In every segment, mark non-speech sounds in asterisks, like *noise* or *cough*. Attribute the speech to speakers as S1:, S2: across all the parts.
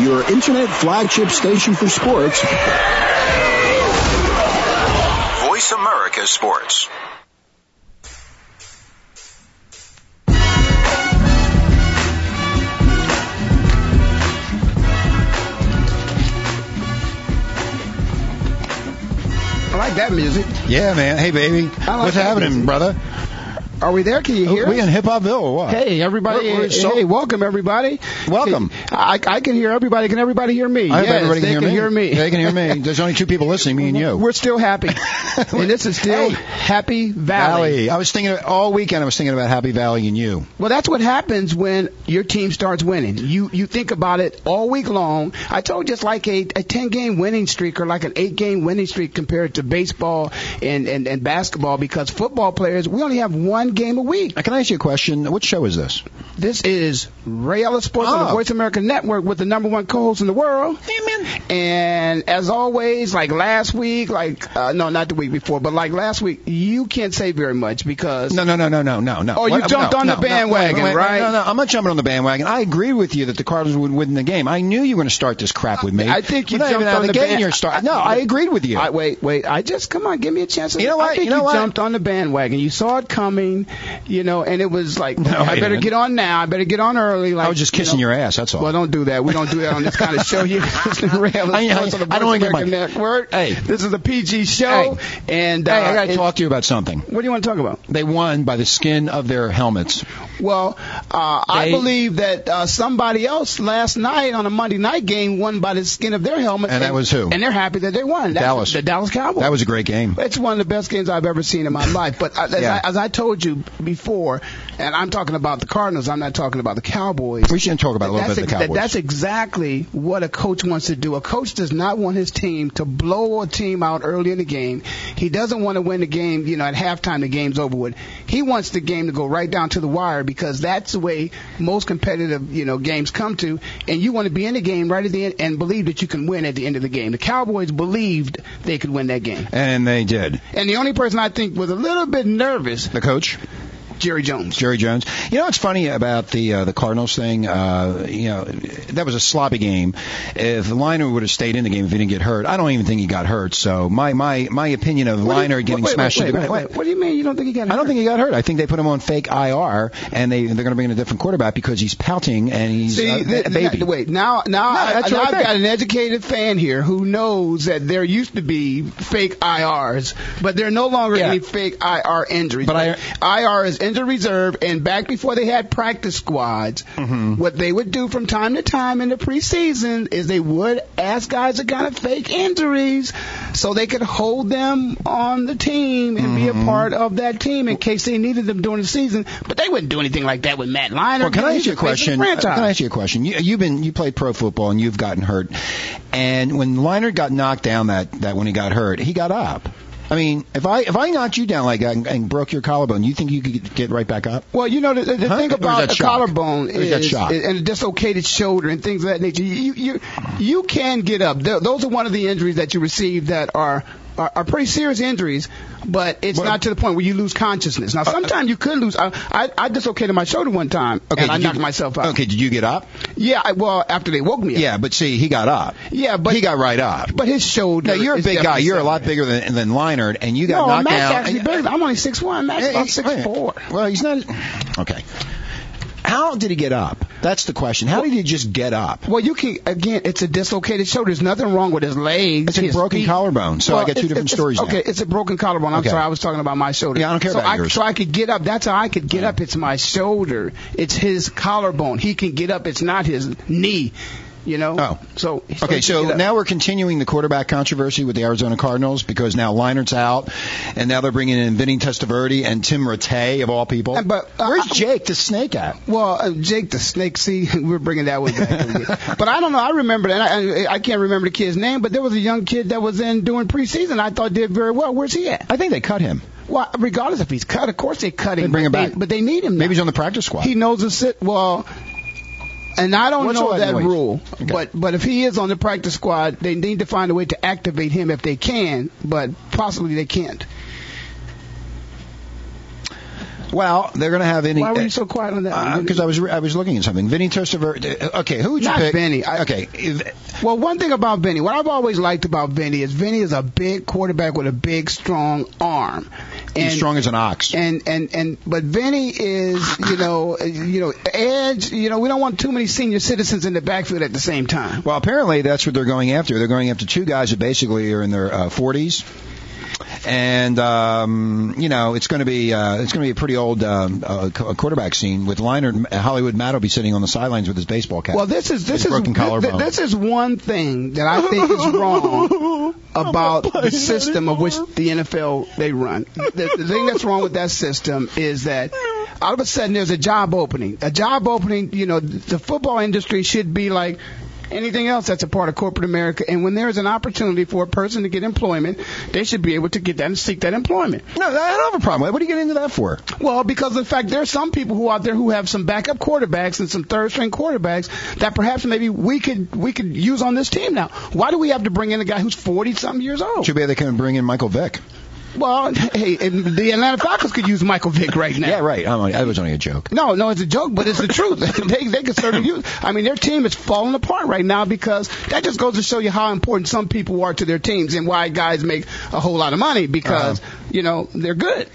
S1: your internet flagship station for sports.
S2: Voice America Sports.
S3: I like that music.
S4: Yeah, man. Hey, baby.
S3: I like
S4: What's
S3: that
S4: happening,
S3: music.
S4: brother?
S3: Are we there? Can you hear?
S4: Oh, We in Hip Hopville or what?
S3: Hey everybody!
S4: We're- we're so-
S3: hey, welcome everybody!
S4: Welcome.
S3: I, I can hear everybody. Can everybody hear me?
S4: I hope
S3: yes,
S4: everybody
S3: they
S4: can,
S3: can
S4: hear, me.
S3: hear me.
S4: They can hear me. There's only two people listening, me and you.
S3: We're still
S4: *laughs*
S3: happy, and this is still
S4: Hey.
S3: Happy
S4: Valley.
S3: Valley.
S4: I was thinking of, all weekend. I was thinking about Happy Valley and you.
S3: Well, that's what happens when your team starts winning. You you think about it all week long. I told you it's like a, a ten game winning streak or like an eight game winning streak compared to baseball and, and, and basketball because football players we only have one game a week.
S4: Uh, Can I ask you a question? What show is this?
S3: This is Ray Ellis Sports on the
S4: Oh.
S3: Voice America Network with the number one co-host in the world. And as always, like last week, like uh, no, not the week before, but like last week, you can't say very much because
S4: No, no, no, no, no, no, no.
S3: Oh, you
S4: What-
S3: jumped
S4: no,
S3: on the
S4: no, no,
S3: bandwagon,
S4: wait, wait,
S3: right?
S4: No, no, I'm not jumping on the bandwagon. I agree with you that the Cardinals would win the game. I knew you were going to start this crap with me.
S3: I think you
S4: We're not
S3: jumped
S4: even out
S3: on
S4: of the,
S3: the
S4: game.
S3: ban-
S4: You're start- No, I agreed with you.
S3: I, wait, wait. I just come on, give me a chance.
S4: You know what?
S3: I think
S4: You know what?
S3: jumped on the bandwagon. You saw it coming, you know, and it was like,
S4: No, I
S3: I, better
S4: didn't.
S3: get on now. I better get on early. Like
S4: I was just kissing
S3: you know.
S4: your ass. That's all.
S3: Well, don't do that. We don't do that on this kind of show.
S4: *laughs*
S3: You listen to Ray Ellis
S4: I- I-
S3: Sports on the
S4: I
S3: Voice
S4: don't wanna get
S3: America
S4: my-
S3: Network.
S4: Hey.
S3: this is a PG show, and uh,
S4: hey, I got to
S3: it-
S4: talk to you about something.
S3: What do you want to talk about?
S4: They won by the skin of their helmets.
S3: Well, uh, I
S4: They-
S3: believe that uh, somebody else last night on a Monday night game won by the skin of their helmet,
S4: And that was who?
S3: And they're happy that they won. That's
S4: Dallas.
S3: the Dallas Cowboys.
S4: That was a great game.
S3: It's one of the best games I've ever seen in my life. But as,
S4: Yeah.
S3: I, as I told you before, and I'm talking about the Cardinals, I'm not talking about the Cowboys.
S4: We should talk about a little
S3: That's,
S4: bit of the
S3: ex-
S4: Cowboys.
S3: that's exactly what a coach wants to do. A coach does not want his team to blow a team out early in the game. He doesn't want to win the game, you know, at halftime the game's over with. He wants the game to go right down to the wire because that's the way most competitive, you know, games come to. And you want to be in the game right at the end and believe that you can win at the end of the game. The Cowboys believed they could win that game.
S4: and they did.
S3: And the only person I think was a little bit nervous,
S4: The coach,
S3: Jerry Jones.
S4: Jerry Jones. You know what's funny about the uh, the Cardinals thing? Uh, you know, that was a sloppy game. If Liner would have stayed in the game if he didn't get hurt, I don't even think he got hurt. So my my my opinion of Liner getting
S3: Wait, wait,
S4: smashed.
S3: wait,
S4: to the
S3: wait,
S4: ground-
S3: wait. What do you mean you don't think he got
S4: I don't think he got hurt. I think they put him on fake IR, and they they're going to bring in a different quarterback because he's pouting and he's
S3: See,
S4: uh,
S3: th-
S4: a baby.
S3: th- wait, now, now, I,
S4: that's
S3: now
S4: what I
S3: I've
S4: think.
S3: got an educated fan here who knows that there used to be fake IRs, but there are no longer
S4: Yeah.
S3: any fake IR injuries.
S4: But I-
S3: IR is injury reserve, and back before they had practice squads,
S4: Mm-hmm.
S3: what they would do from time to time in the preseason is they would ask guys to kind of fake injuries so they could hold them on the team and be a
S4: Mm-hmm.
S3: part of that team in case they needed them during the season. But they wouldn't do anything like that with Matt Liner.
S4: Well, can I ask you a
S3: He's the face of
S4: question?
S3: the
S4: Can
S3: franchise.
S4: I ask you a question? You, you've been you played pro football and you've gotten hurt, and when Leinart got knocked down that that when he got hurt, he got up. I mean, if I if I knocked you down like that and, and broke your collarbone, you think you could get- get right back up?
S3: Well, you know the, the
S4: Huh?
S3: thing
S4: Or is
S3: about
S4: that
S3: a
S4: shock?
S3: collarbone
S4: Or is that
S3: is,
S4: shock?
S3: and a dislocated shoulder and things of that nature. You you you can get up. Th- Those are one of the injuries that you receive that are are, are pretty serious injuries, but it's not to the point where you lose consciousness.
S4: uh,
S3: Now, sometimes you could lose. I, I I dislocated my shoulder one time and I
S4: did you-
S3: knocked myself out.
S4: Okay, did you get up?
S3: Yeah, I, well after they woke me up.
S4: Yeah, but see, he got up.
S3: Yeah, but
S4: he got right up.
S3: But his shoulder.
S4: now you're a
S3: is
S4: big guy.
S3: definitely
S4: You're a lot
S3: separated.
S4: bigger than than Leinart, and you got
S3: No,
S4: knocked
S3: Matt's
S4: down.
S3: actually bigger. than- I'm only six one. Matt's
S4: Hey,
S3: about
S4: hey,
S3: six four.
S4: Well, he's not. Okay. How did he get up? That's the question. How did he just get up?
S3: Well, you can again. It's a dislocated shoulder. There's nothing wrong with his legs.
S4: It's a
S3: his
S4: broken
S3: feet.
S4: collarbone, so I got two
S3: it's-
S4: different
S3: it's-
S4: stories now.
S3: Okay, it's a broken collarbone. I'm
S4: Okay.
S3: sorry, I was talking about my shoulder.
S4: Yeah, I don't care
S3: so
S4: about
S3: I,
S4: yours.
S3: So I could get up. That's how I could get up. It's my shoulder. It's his collarbone. He can get up. It's not his knee. You know.
S4: Oh.
S3: So.
S4: Okay,
S3: he can
S4: so
S3: get up.
S4: now we're continuing the quarterback controversy with the Arizona Cardinals because now Leinert's out, and now they're bringing in Vinny Testaverde and Tim Rattay of all people.
S3: And but, uh,
S4: where's
S3: I-
S4: Jake the Snake at?
S3: Well, uh, Jake the Snake. See, *laughs* we're bringing that one back. but I don't know. I remember that. I, I can't remember the kid's name, but there was a young kid that was in doing preseason. I thought did very well. Where's he at?
S4: I think they cut him.
S3: Well, regardless if he's cut, of course they cut him.
S4: They bring him
S3: but
S4: back.
S3: but they need him. now.
S4: Maybe he's on the practice squad.
S3: he knows the sit well. And I don't
S4: What's
S3: know
S4: all that
S3: that
S4: noise?
S3: rule,
S4: Okay.
S3: but but if he is on the practice squad, they need to find a way to activate him if they can, but possibly they can't.
S4: Well, they're going to have any.
S3: Why were you so quiet on that? one?
S4: Because I was re- I was looking at something. Vinny Testaverde. eh, Okay, who would you
S3: Not
S4: pick?
S3: Vinny. I-
S4: okay, if-
S3: Well, one thing about Vinny, what I've always liked about Vinny is Vinny is a big quarterback with a big, strong arm.
S4: he's strong as an ox.
S3: and and and but Vinny is you know uh, you know edge you know we don't want too many senior citizens in the backfield at the same time.
S4: well, apparently that's what they're going after. They're going after two guys that basically are in their uh, 40s. And um, you know it's going to be uh, it's going to be a pretty old um, uh, qu- quarterback scene with Leonard Hollywood Matt will be sitting on the sidelines with his baseball cap.
S3: Well, this is this
S4: His
S3: is
S4: broken
S3: thi- thi-
S4: collarbone.
S3: this is one thing that I think is
S4: *laughs*
S3: wrong about the system of which the NFL they run. The, the thing that's wrong with that system is that all of a sudden there's a job opening. A job opening, you know, the football industry should be like anything else that's a part of corporate America. And when there is an opportunity for a person to get employment, they should be able to get that and seek that employment.
S4: no, I don't have a problem. with it. What are you getting into that for?
S3: Well, because in fact, there are some people who out there who have some backup quarterbacks and some third string quarterbacks that perhaps maybe we could we could use on this team now. Why do we have to bring in a guy who's forty something years old?
S4: Too bad they couldn't bring in Michael Vick.
S3: Well, *laughs* hey, and the Atlanta Falcons could use Michael Vick right now.
S4: Yeah, right. I'm, only- that was only a joke.
S3: No, no, it's a joke, but it's the truth. *laughs* they they could certainly use. I mean, their team is falling apart right now because that just goes to show you how important some people are to their teams and why guys make a whole lot of money because you know they're good,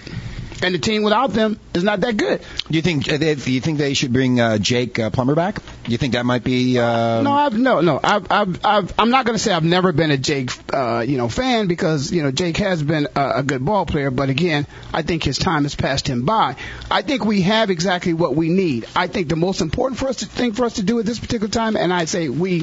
S3: and the team without them is not that good.
S4: Do you think uh, they- do you think they should bring uh, Jake uh, Plummer back? Do you think that might be? Uh,
S3: No, I've no, no. I've, I've, I've, I'm not going to say I've never been a Jake, uh, you know, fan because you know Jake has been a, a good ball player, but again, I think his time has passed him by. I think we have exactly what we need. I think the most important for us to, thing for us to do at this particular time, and I say we,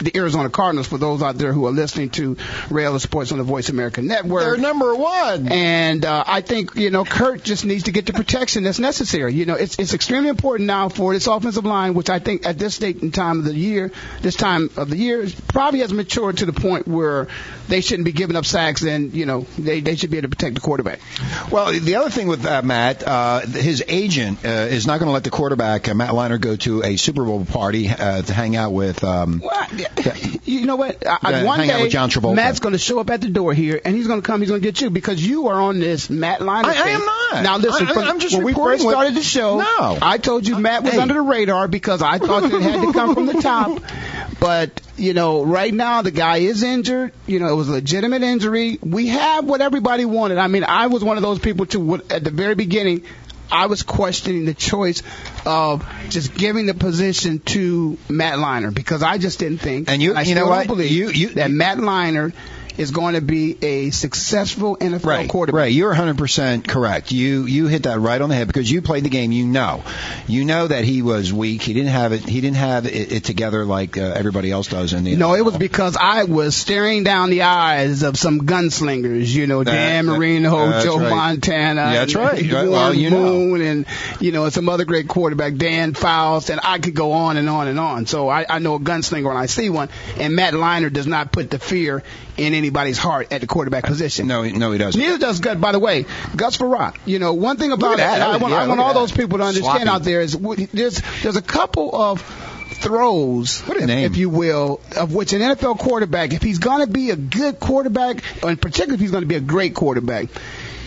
S3: the Arizona Cardinals, for those out there who are listening to Rail of Sports on the Voice America Network,
S4: they're number one.
S3: and uh, I think you know Kurt just needs to get the protection that's necessary. You know, it's it's extremely important now for this offensive line, which I think at this date and time of the year, this time of the year, is- probably has matured to the point where they shouldn't be giving up sacks, and you know they they should be able to protect the quarterback.
S4: Well, the other thing with uh, Matt, uh, his agent uh, is not going to let the quarterback uh, Matt Leiner go to a Super Bowl party uh, to hang out with. Um,
S3: Well, I- you know what? I, I,
S4: Yeah,
S3: one
S4: hang out
S3: day
S4: with John Travolta.
S3: Matt's going to show up at the door here, and he's going to come. He's going to get you because you are on this Matt Liner.
S4: I- I
S3: thing.
S4: am not.
S3: Now listen,
S4: I- I-
S3: from-
S4: I'm just
S3: when we
S4: reporting
S3: first
S4: what-
S3: started the show,
S4: No.
S3: I told you Matt was
S4: Hey.
S3: under the radar because I thought that it had to come from the top. But you know, right now the guy is injured. You know, it was a legitimate injury. We have what everybody wanted. I mean, I was one of those people too. what- At the very beginning, I was questioning the choice of just giving the position to Matt Liner because I just didn't think.
S4: And you-
S3: I
S4: you know
S3: still
S4: what?
S3: Don't believe
S4: You- you-
S3: that Matt Liner is going to be a successful NFL
S4: Right,
S3: quarterback.
S4: right. You're 100% correct. You you hit that right on the head because you played the game. You know, you know that he was weak. He didn't have it. He didn't have it, it together like uh, everybody else does in the.
S3: No, it
S4: NFL.
S3: was because I was staring down the eyes of some gunslingers, you know, Dan
S4: that-
S3: Marino,
S4: that's
S3: Joe
S4: right.
S3: Montana,
S4: Yeah, that's
S3: and *laughs*
S4: right.
S3: Warren
S4: Well, you know.
S3: Moon, and you know, some other great quarterback, Dan Faust, and I could go on and on and on. So I, I know a gunslinger when I see one, and Matt Liner does not put the fear in anybody's heart at the quarterback position.
S4: No, he- no, he doesn't.
S3: Neither does Gus. By the way, Gus Farrat. You know, one thing about
S4: Look at
S3: it,
S4: that.
S3: I want,
S4: Yeah,
S3: I want
S4: look at
S3: all those
S4: that.
S3: people to understand
S4: Sloppy.
S3: out there is w- there's there's a couple of throws,
S4: What a
S3: if,
S4: name.
S3: if you will, of which an NFL quarterback, if he's going to be a good quarterback, and particularly if he's going to be a great quarterback,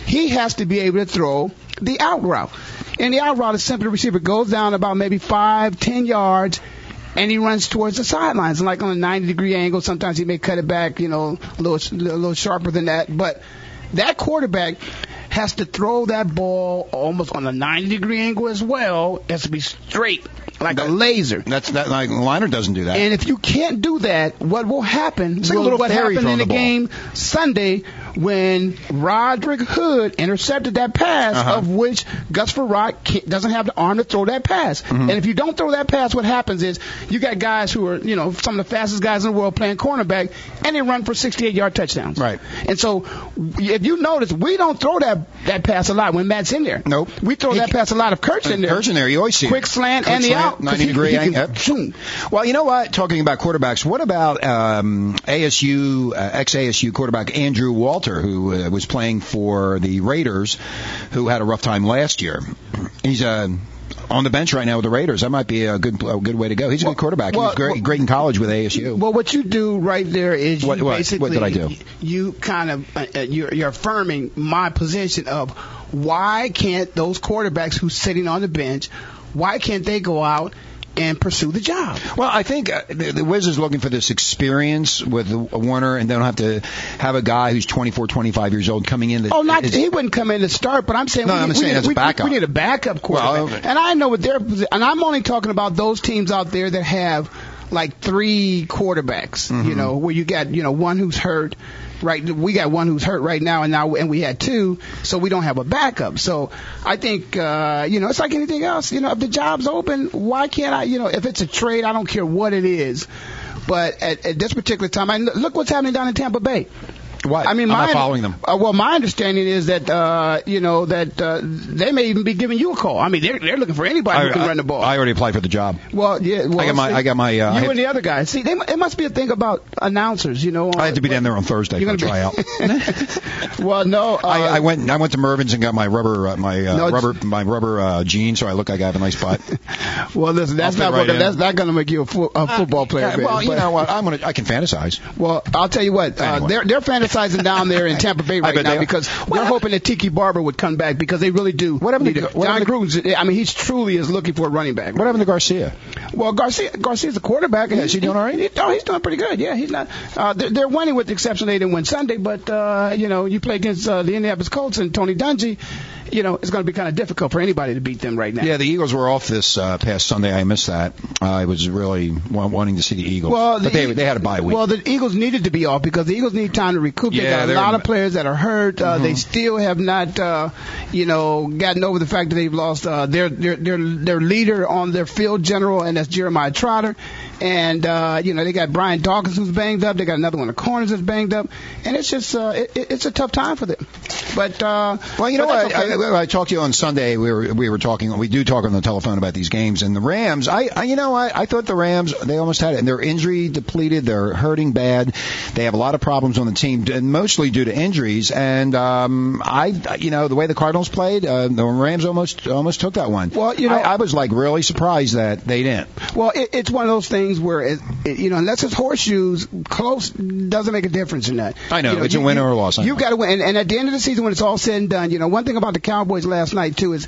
S3: he has to be able to throw the out route. And the out route is simply the receiver goes down about maybe five, ten yards. And he runs towards the sidelines, like on a 90 degree angle. Sometimes he may cut it back, you know, a little, a little sharper than that. But that quarterback has to throw that ball almost on a 90 degree angle as well. It has to be straight, like a
S4: That-
S3: laser.
S4: That's that. Like Leiner doesn't do that.
S3: And if you can't do that, what will happen?
S4: like a
S3: will-
S4: little
S3: what
S4: fairy
S3: happened in
S4: throwing
S3: the,
S4: the ball.
S3: game Sunday when Roderick Hood intercepted that pass,
S4: Uh-huh.
S3: of which Gus Farrat can't- doesn't have the arm to throw that pass.
S4: Mm-hmm.
S3: And if you don't throw that pass, what happens is you got guys who are, you know, some of the fastest guys in the world playing cornerback, and they run for 68-yard touchdowns.
S4: Right.
S3: And so, if you notice, we don't throw that that pass a lot when Matt's in there.
S4: Nope.
S3: We throw
S4: He
S3: that
S4: can-
S3: pass a lot of Kurt's in there.
S4: Kurt's in there, you always see it.
S3: quick slant
S4: Quick
S3: and the
S4: slant,
S3: out 'cause
S4: 90
S3: he- *laughs*
S4: degree
S3: he can
S4: angle. Yep.
S3: zoom.
S4: Well, you know what? Talking about quarterbacks, what about um, ASU, uh, ex ASU quarterback Andrew Walter, who uh, was playing for the Raiders, who had a rough time last year? He's a on the bench right now with the Raiders. That might be a good a good way to go. He's a good quarterback. he
S3: well,
S4: was great,
S3: well-
S4: great in college with ASU.
S3: Well, what you do right there is you
S4: What- what- what did
S3: basically
S4: I do?
S3: you kind of uh, uh, you're, you're affirming my position of why can't those quarterbacks who's sitting on the bench, why can't they go out and pursue the job?
S4: Well, I think uh, the, the Wiz is looking for this experience with uh, Warner, and they don't have to have a guy who's 24, 25 years old coming in. That
S3: Oh, not
S4: is-
S3: he wouldn't come in to start, but I'm saying
S4: No,
S3: we,
S4: I'm
S3: need- we
S4: saying
S3: need,
S4: as a
S3: we-
S4: backup.
S3: we need a backup quarterback.
S4: Well, okay.
S3: And I know what their and I'm only talking about those teams out there that have like three quarterbacks.
S4: Mm-hmm.
S3: You know, where you got you know one who's hurt. Right, we got one who's hurt right now, and now and we had two, so we don't have a backup. So I think uh, you know it's like anything else. You know, if the job's open, why can't I? You know, if it's a trade, I don't care what it is. But at, at this particular time, I look what's happening down in Tampa Bay.
S4: What?
S3: I mean,
S4: I'm
S3: my,
S4: not following them.
S3: Uh, well, my understanding is that uh, you know that uh, they may even be giving you a call. I mean, they're, they're looking for anybody who can run the ball.
S4: I already applied for the job.
S3: well, yeah. Well,
S4: I got my-
S3: see,
S4: I got my, uh, I
S3: you
S4: had-
S3: and the other guy. See, they, it must be a thing about announcers. You know,
S4: I had to be down there on Thursday
S3: You're
S4: for a
S3: gonna
S4: *laughs* tryout.
S3: Well, no. Uh,
S4: I, I went. I went to Mervin's and got my rubber, uh, my uh,
S3: No, it's-
S4: rubber, my rubber uh, jeans, so I look like I have a nice *laughs* butt.
S3: well, listen, that's not
S4: I'll fit right
S3: what,
S4: in.
S3: that's not going to make you a, fo- a football player.
S4: Uh, Yeah,
S3: man,
S4: well, you
S3: but-
S4: know what? I'm gonna. I can fantasize.
S3: Well, I'll tell you what. Uh,
S4: Anyway.
S3: they're they're fantasizing down there in
S4: *laughs*
S3: Tampa Bay right
S4: bet
S3: now
S4: they are.
S3: because they're hoping that Tiki Barber would come back because they really do. What
S4: happened to- what
S3: John
S4: happened
S3: Gruden's? I mean, he's truly is looking for a running back.
S4: What happened to Garcia?
S3: Well, Garcia Garcia's the quarterback. and
S4: Yeah, is he doing all right?
S3: he- oh, he's doing pretty good. Yeah, he's not. Uh, they're, they're winning with the exception they didn't win Sunday, but uh, you know, you play against uh, the Indianapolis Colts and Tony Dungy. You know, it's going to be kind of difficult for anybody to beat them right now.
S4: Yeah, the Eagles were off this uh, past Sunday. I missed that. I was really wa- wanting to see the Eagles.
S3: Well,
S4: but
S3: the
S4: they
S3: E-
S4: they had a bye week.
S3: Well, the Eagles needed to be off because the Eagles need time to recoup.
S4: Yeah,
S3: they got a
S4: they're-
S3: lot of players that are hurt. Uh, They still have not, uh, you know, gotten over the fact that they've lost uh, their, their their their leader on their field general, and that's Jeremiah Trotter. And uh, you know, they got Brian Dawkins who's banged up. They got another one of corners that's banged up, and it's just uh, it, it- it's a tough time for them. But uh,
S4: Well, you know
S3: but
S4: what?
S3: that's okay.
S4: I, I, I talked to you on Sunday. We were we were talking. We do talk on the telephone about these games and the Rams. I, I you know I, I thought the Rams they almost had it. And they're injury depleted. They're hurting bad. They have a lot of problems on the team, and mostly due to injuries. And um, I you know the way the Cardinals played, uh, the Rams almost almost took that one.
S3: Well, you know-
S4: I, I was like really surprised that they didn't.
S3: Well, it, it's one of those things where, it, it, you know, unless it's horseshoes, close doesn't make a difference in that.
S4: I know.
S3: You
S4: It's a
S3: you-
S4: win or a
S3: you-
S4: loss. I
S3: You've
S4: know.
S3: got to win. And, and at the end of the season, when it's all said and done, you know, one thing about the Cowboys last night too is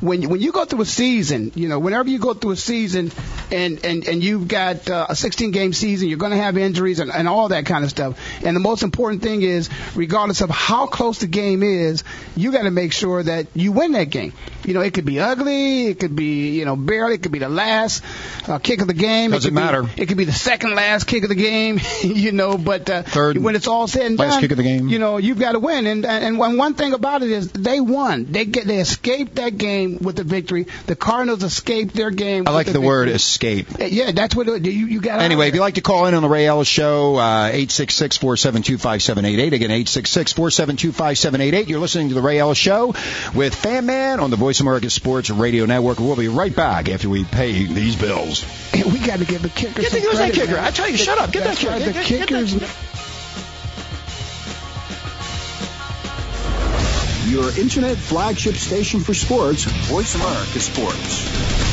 S3: when you- when you go through a season, you know, whenever you go through a season, and and and you've got uh, a 16 game season, you're going to have injuries and, and all that kind of stuff. And the most important thing is, regardless of how close the game is, you got to make sure that you win that game. You know, it could be ugly, it could be you know barely, it could be the last uh, kick of the game. It
S4: Doesn't
S3: could be-
S4: matter.
S3: it could be the second last kick of the game, *laughs* you know, but uh,
S4: Third
S3: when it's all said and
S4: last
S3: done,
S4: kick of the game.
S3: you know, you've got to win. And and one one thing about it is they won. They get they escaped that game with the victory. The Cardinals escaped their game.
S4: I like the word escape.
S3: Yeah, that's what it, you you got.
S4: Anyway, if you'd like to call in on the Ray Ellis Show, uh, 866-472-5788. Again, 866-472-5788. You're listening to the Ray Ellis Show with Fan Man on the Voice America Sports Radio Network. We'll be right back after we pay these bills.
S3: And *laughs* we got to give the kicker.
S4: Get
S3: some
S4: the- who's that
S3: credit,
S4: kicker?
S3: man.
S4: I tell you, shut up. Get that
S3: That's
S4: kicker.
S3: right,
S4: Get-
S3: The
S4: get- get that
S3: kickers.
S1: Your internet flagship station for sports.
S2: Voice America Sports.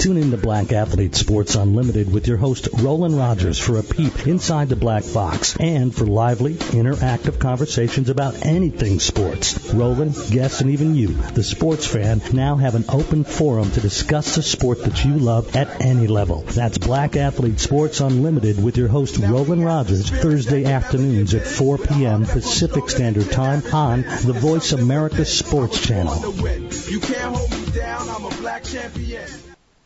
S5: Tune in to Black Athlete Sports Unlimited with your host, Roland Rogers, for a peep inside the black box and for lively, interactive conversations about anything sports. Roland, guests, and even you, the sports fan, now have an open forum to discuss the sport that you love at any level. That's Black Athlete Sports Unlimited with your host, Roland Rogers, Thursday afternoons at 4 p.m. Pacific Standard Time on the Voice America Sports Channel.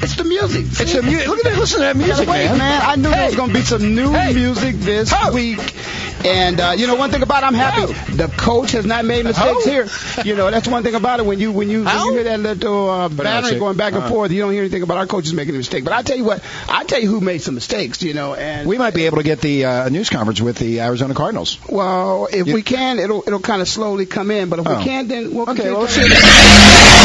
S3: It's the music.
S4: It's the music. Look at that. Listen to that music,
S3: Wait, man. I knew there was
S4: Hey.
S3: going to be some new music this week. And uh, you know one thing about it, I'm happy. The coach has not made mistakes here. You know that's one thing about it. When you when you, when you hear that little uh, battering
S4: shake.
S3: going back and
S4: Uh.
S3: forth, you don't hear anything about our coaches making a mistake. But I tell you what, I tell you who made some mistakes. You know, and
S4: We might be able to get the uh, news conference with the Arizona Cardinals.
S3: well, if
S4: You-
S3: we can, it'll it'll kind of slowly come in. But if
S4: Oh.
S3: we can't, then we'll
S4: Okay,
S3: continue.
S4: well,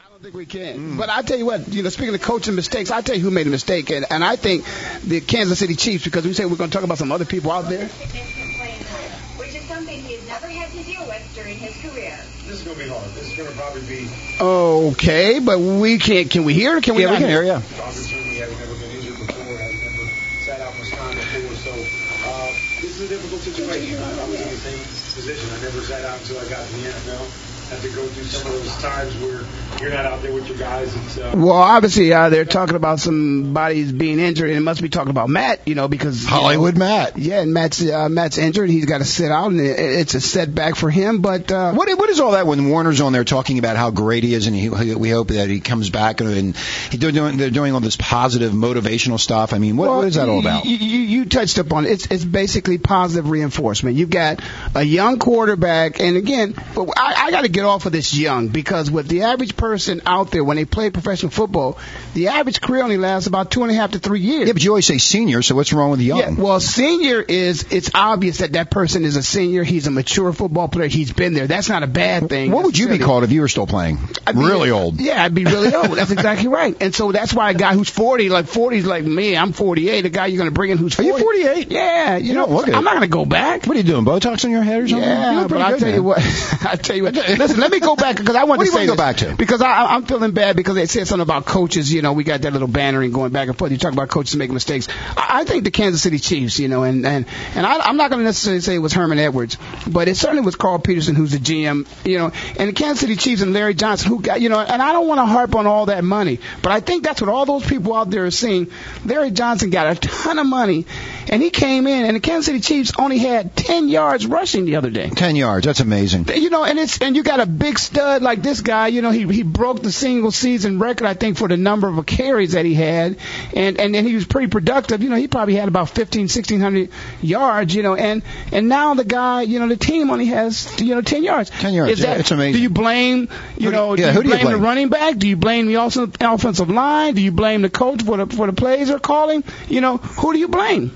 S3: I don't think we can. But I tell you what, you know, speaking of coaching mistakes, I tell you who made a mistake, and, and I think the Kansas City Chiefs, because we say we're going to talk about some other people out there.
S6: which is something he has never had to deal with during his career.
S7: This is going to be hard. This is going to probably be
S3: Okay, but we can't. Can we hear? Can we?
S4: yeah,
S3: not
S4: we can hear you.
S7: an opportunity. I've never been injured before. I've never sat out much time before. So uh, this is a difficult situation. I was in the same position. I never sat out until I got to the NFL. Had to go through some of those times where you're not out there with your guys. It's uh,
S3: Well, obviously, uh, they're talking about some bodies being injured, and it must be talking about Matt, you know, because you know,
S4: Hollywood Matt.
S3: yeah, and Matt's uh, Matt's injured. He's got to sit out, and it, it's a setback for him. But uh,
S4: What, what is all that when Warner's on there talking about how great he is and he, we hope that he comes back and, and he- they're, doing, they're doing all this positive motivational stuff? I mean, what, what is that all
S3: you-
S4: about?
S3: You, you, you touched upon it. It's, it's basically positive reinforcement. You've got a young quarterback, and again, I, I got to get off of this young because with the average person out there, when they play professional football, the average career only lasts about two and a half to three years.
S4: Yeah, but you always say senior, so what's wrong with young?
S3: Yeah, well, senior is, it's obvious that that person is a senior. He's a mature football player. He's been there. That's not a bad thing.
S4: what would you be
S3: necessarily.
S4: called if you were still playing?
S3: I'd be-
S4: really old.
S3: Yeah, I'd be really old. That's exactly right. And so that's why a guy who's 40, like 40 is like me, I'm 48. A guy you're going to bring in who's
S4: Are
S3: 40.
S4: you 48?
S3: Yeah, you, know,
S4: don't look it.
S3: I'm not going to go back.
S4: What are you doing? Botox on your head or something? You
S3: Yeah, but
S4: look pretty
S3: I'll
S4: good,
S3: tell
S4: man.
S3: you what. *laughs* I'll tell you what. Listen, let me go back because I want
S4: What
S3: to
S4: do you
S3: say
S4: wanna go
S3: this.
S4: back to?
S3: Because I, I- I'm feeling bad because they said something about coaches. You know, we got that little bantering going back and forth. You talk about coaches making mistakes. I, I think the Kansas City Chiefs, you know, and and and I, I'm not going to necessarily say it was Herman Edwards, but it certainly was Carl Peterson, who's the GM, you know, and the Kansas City Chiefs and Larry Johnson, who got, you know, and I don't want to harp on all that money, but I think that's what all those people out there are seeing. Larry Johnson got a ton of money. And he came in, and the Kansas City Chiefs only had 10 yards rushing the other day
S4: Ten yards. That's amazing.
S3: you know, and it's and you got a big stud like this guy. You know, he he broke the single season record, I think, for the number of carries that he had, and and then he was pretty productive. You know, he probably had about fifteen, sixteen hundred yards. You know, and and now the guy, you know, the team only has you know ten yards.
S4: 10 yards,
S3: Is
S4: yeah,
S3: that,
S4: it's amazing.
S3: Do you blame you
S4: Who do-
S3: know? do
S4: yeah, who
S3: you
S4: do you
S3: blame the
S4: blame?
S3: running back? Do you blame the also- offensive line? Do you blame the coach for the for the plays they're calling? You know, who do you blame?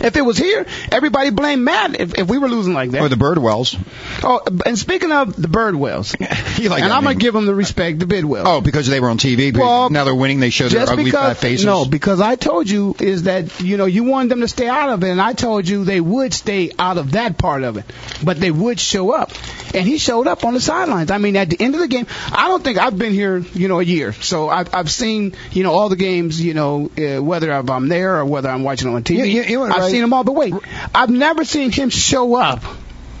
S3: If it was here, everybody blamed Matt. If, if we were losing *laughs* like that,
S4: Or the Birdwells.
S3: Oh, and speaking of the
S4: *laughs*
S3: Birdwells,
S4: You like
S3: and
S4: that
S3: I'm gonna
S4: name.
S3: give them the respect the Bidwell.
S4: Oh, because they were on TV. But
S3: Well,
S4: now they're winning. They show their
S3: just
S4: ugly
S3: because
S4: fat faces.
S3: no, because I told you is that you know you wanted them to stay out of it, and I told you they would stay out of that part of it, but they would show up, and he showed up on the sidelines. I mean, at the end of the game, I don't think I've been here you know a year, so I've I've seen you know all the games you know uh, whether I'm there or whether I'm watching on TV.
S4: You- you- you were
S3: I've
S4: right.
S3: seen them all, but wait, I've never seen him show up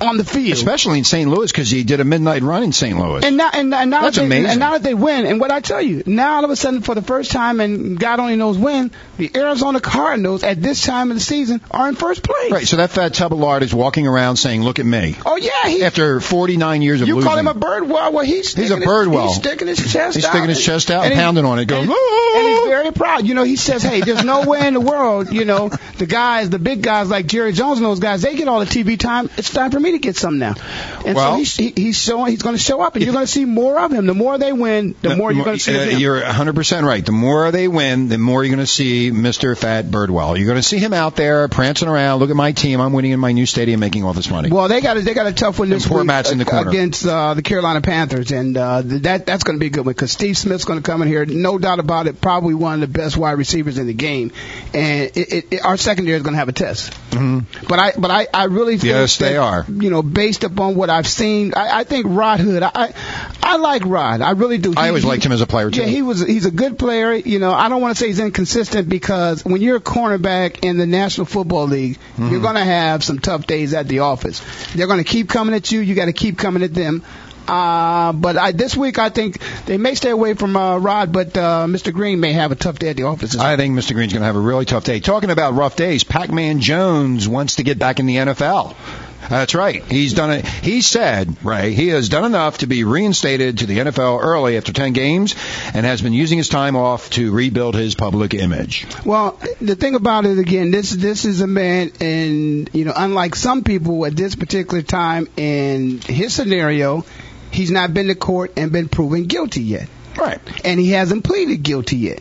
S3: on the field.
S4: Especially in St. Louis because he did a midnight run in St. Louis.
S3: And now, and, and now
S4: That's
S3: that they,
S4: amazing.
S3: And now that they win, and what I tell you, now all of a sudden, for the first time, and God only knows when, the Arizona Cardinals at this time of the season are in first place.
S4: right, so that fat tub of lard is walking around saying, look at me.
S3: Oh yeah, he.
S4: After 49 years of
S3: you
S4: losing.
S3: call him a bird well? Well, he's
S4: He's a
S3: sticking
S4: bird
S3: his,
S4: well.
S3: He's sticking his chest.
S4: He's
S3: out
S4: sticking his
S3: and-
S4: chest out and,
S3: he-
S4: pounding on it, going,
S3: and,
S4: "Whoa!"
S3: and he's very proud. You know, he says, "Hey, there's no way in the world, you know, the guys, the big guys like Jerry Jones and those guys, they get all the TV time. It's time for me me to get some now. And
S4: Well-
S3: so he's, he, he's showing. He's going to show up, and you're going to see more of him. The more they win, the more you're going to see
S4: Uh,
S3: of him.
S4: You're 100% right. The more they win, the more you're going to see Mr. Fat Birdwell. You're going to see him out there prancing around. Look at my team. I'm winning in my new stadium, making all this money.
S3: Well, they got a, they got a tough one this
S4: poor
S3: week
S4: Matt's in the
S3: ag-
S4: corner.
S3: against uh, the Carolina Panthers, and uh, th- that that's going to be a good one because Steve Smith's going to come in here, no doubt about it, probably one of the best wide receivers in the game, and it, it, it, our secondary is going to have a test.
S4: Mhm.
S3: But I but I, I really think
S4: Yes, they
S3: that,
S4: are.
S3: You know, based upon what I've seen, I, I think Rod Hood. I, I I like Rod. I really do.
S4: I
S3: He-
S4: always liked him as a player, too.
S3: Yeah, he was. He's a good player. You know, I don't want to say he's inconsistent because when you're a cornerback in the National Football League,
S4: Mm-hmm.
S3: you're going to have some tough days at the office. They're going to keep coming at you. You got to keep coming at them. Uh, but I, this week, I think they may stay away from uh, Rod, but uh, Mr. Green may have a tough day at the office.
S4: I think Mr. Green's going to have a really tough day. Talking about rough days, Pac-Man Jones wants to get back in the NFL. That's right. He's done it. He said, Ray, he has done enough to be reinstated to the NFL early after 10 games and has been using his time off to rebuild his public image.
S3: Well, the thing about it again, this this is a man, and you know, unlike some people at this particular time in his scenario, he's not been to court and been proven guilty yet.
S4: Right.
S3: And he hasn't pleaded guilty yet.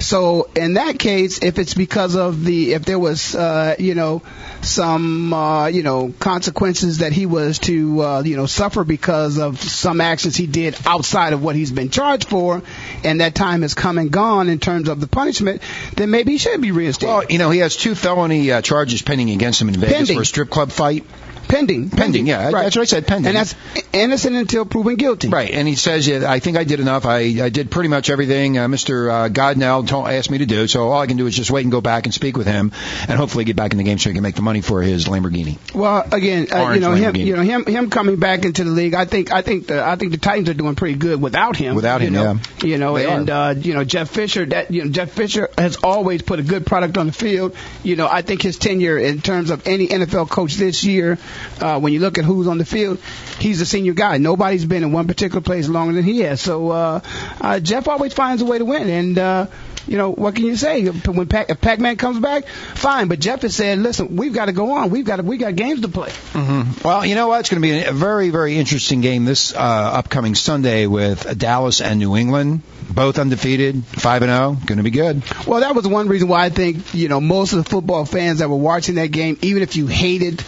S3: So in that case, if it's because of the if there was uh, you know some uh, you know consequences that he was to uh, you know suffer because of some actions he did outside of what he's been charged for, and that time has come and gone in terms of the punishment, then maybe he should be reinstated.
S4: Well, you know, he has two felony uh, charges pending against him in Vegas
S3: Pending.
S4: for a strip club fight.
S3: pending,
S4: Pending, yeah.
S3: Right.
S4: That's what I said, pending.
S3: and that's innocent until proven guilty.
S4: Right, and he says, yeah, I think I did enough. I, I did pretty much everything uh, Mr. Uh, Godnell to- asked me to do, so all I can do is just wait and go back and speak with him and hopefully get back in the game so he can make the money for his Lamborghini.
S3: Well, again, uh, you
S4: Orange
S3: know him.
S4: Lamborghini.
S3: You know him. Him coming back into the league. I think. I think. The, I think the Titans are doing pretty good without him.
S4: Without
S3: you
S4: him,
S3: know,
S4: yeah.
S3: You know,
S4: They
S3: and uh, you know Jeff Fisher. That you know Jeff Fisher has always put a good product on the field. You know, I think his tenure in terms of any NFL coach this year, uh, when you look at who's on the field, he's the senior guy. Nobody's been in one particular place longer than he has. So uh, uh, Jeff always finds a way to win, and. Uh, you know what can you say when Pac- if Pac-Man comes back? Fine, but Jeff has said, "Listen, we've got to go on. We've got to, we got games to play."
S4: Mm-hmm. Well, you know what? It's going to be a very, very interesting game this uh, upcoming Sunday with Dallas and New England, both undefeated, five and zero. Going to be good.
S3: Well, that was one reason why I think you know most of the football fans that were watching that game, even if you hated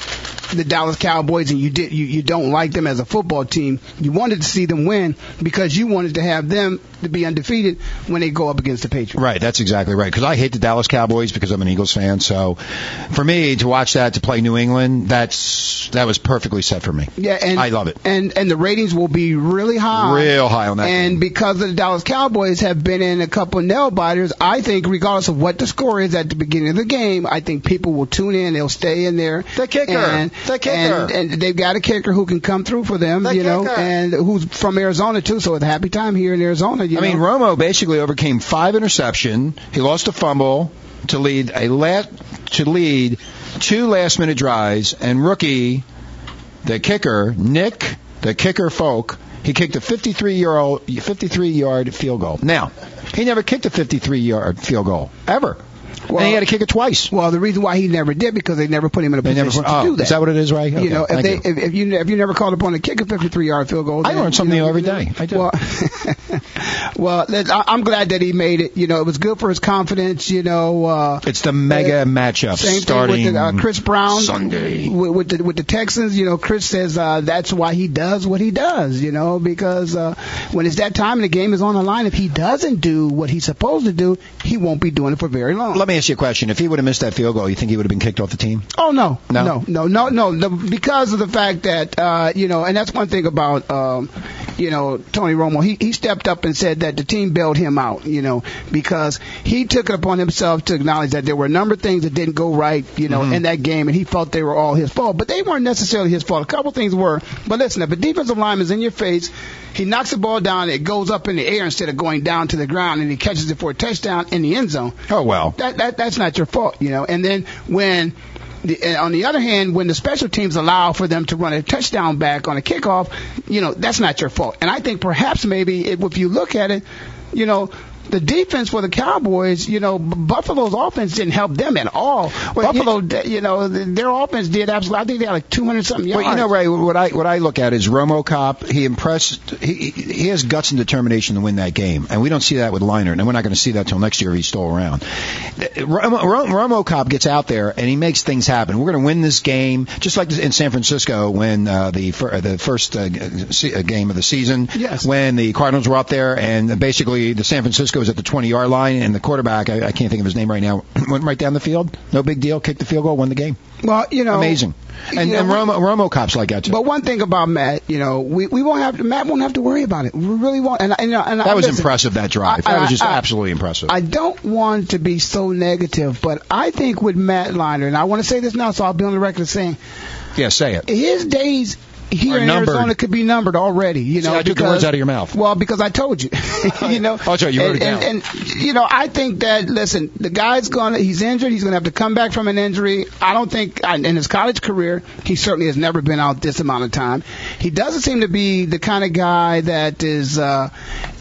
S3: the Dallas Cowboys and you did you, you don't like them as a football team, you wanted to see them win because you wanted to have them to be undefeated when they go up against the Patriots.
S4: Right, that's exactly right. Because I hate the Dallas Cowboys because I'm an Eagles fan. So, for me to watch that to play New England, that's that was perfectly set for me.
S3: Yeah, and
S4: I love it.
S3: And and the ratings will be really high.
S4: Real high on that
S3: And because the Dallas Cowboys have been in a couple of nail biters, I think regardless of what the score is at the beginning of the game, I think people will tune in. They'll stay in there.
S4: The kicker.
S3: And,
S4: The kicker.
S3: And, and they've got a kicker who can come through for them.
S4: The
S3: you know,
S4: kicker.
S3: and who's from Arizona too. So it's a happy time here in Arizona. You
S4: I mean,
S3: know?
S4: Romo basically overcame five interception. He lost a fumble to lead a la- to lead two last minute drives, and rookie the kicker Nick the kicker Folk. He kicked a 53 year old 53 yard field goal. Now, he never kicked a 53 yard field goal ever. and he had to kick it twice.
S3: Well, the reason why he never did because they never put him in a
S4: They never.
S3: position to
S4: oh,
S3: do that.
S4: is that what it is, right?
S3: you know, if they if, if you if you never called upon a kick a 53 yard field goal,
S4: I
S3: then,
S4: learn something
S3: you know,
S4: every
S3: you know,
S4: day. I do.
S3: Well, *laughs* well, that- I- I'm glad that he made it. You know, it was good for his confidence. You know, uh,
S4: it's the mega matchup
S3: same
S4: starting
S3: thing with the, uh, Chris Brown
S4: Sunday.
S3: with, with the with the Texans. You know, Chris says uh, that's why he does what he does. You know, because uh, when it's that time and the game is on the line, if he doesn't do what he's supposed to do, he won't be doing it for very long.
S4: Let me ask you a question. If he would have missed that field goal, you think he would have been kicked off the team?
S3: Oh no,
S4: No?
S3: no, no, no, no, no, because of the fact that uh, you know, and that's one thing about um, you know Tony Romo. He he stepped up and said that the team bailed him out, you know, because he took it upon himself to acknowledge that there were a number of things that didn't go right, you know, in that game, and he felt they were all his fault, but they weren't necessarily his fault. A couple things were, but listen, if a defensive lineman's in your face, he knocks the ball down, it goes up in the air instead of going down to the ground, and he catches it for a touchdown in the end zone
S4: Oh well.
S3: that, that that's not your fault, you know. And then when the, and on the other hand, when the special teams allow for them to run a touchdown back on a kickoff, you know that's not your fault. And I think perhaps maybe it, if you look at it, you know, the defense for the Cowboys, you know, B- Buffalo's offense didn't help them at all. Buffalo, d you know, th- their offense did absolutely. I think they had like 200 something yards.
S4: Well, you know, Ray, what I what I look at is Romo Cop. He impressed. He, he he has guts and determination to win that game, and we don't see that with Liner, and we're not going to see that till next year. if He's still around. Romo, Ro- Romo Cop gets out there and he makes things happen. We're going to win this game, just like in San Francisco when uh, the fir- the first uh, se- uh, game of the season,
S3: Yes.
S4: when the Cardinals were out there and basically the San Francisco was at the 20 yard line and the quarterback, I, I can't think of his name right now, *clears throat* went right down the field. No big deal, kicked the field goal, won the game.
S3: Well, you know,
S4: Amazing. And,
S3: Yeah,
S4: and
S3: we-
S4: Romo, Romo cops like that too.
S3: But one thing about Matt, you know, we, we won't have Matt won't have to worry about it. We really won't. And, I- and, I- and I-
S4: that was
S3: listen,
S4: impressive. That drive.
S3: I-
S4: that was
S3: I-
S4: just
S3: I-
S4: absolutely impressive.
S3: I don't want to be so negative, but I think with Matt Liner, and I want to say this now, so I'll be on the record saying
S4: yeah, say it.
S3: his days here
S4: Are
S3: in
S4: numbered.
S3: Arizona could be numbered already. You
S4: See,
S3: know,
S4: I took the
S3: because-
S4: words out of your mouth.
S3: Well, because I told you, *laughs* you know.
S4: *laughs* Oh, that's right, you
S3: and,
S4: wrote it down.
S3: And, and you know, I think that listen, the guy's gonna he's injured. He's gonna have to come back from an injury. I don't think I- in his college career he certainly has never been out this amount of time. He doesn't seem to be the kind of guy that is, uh,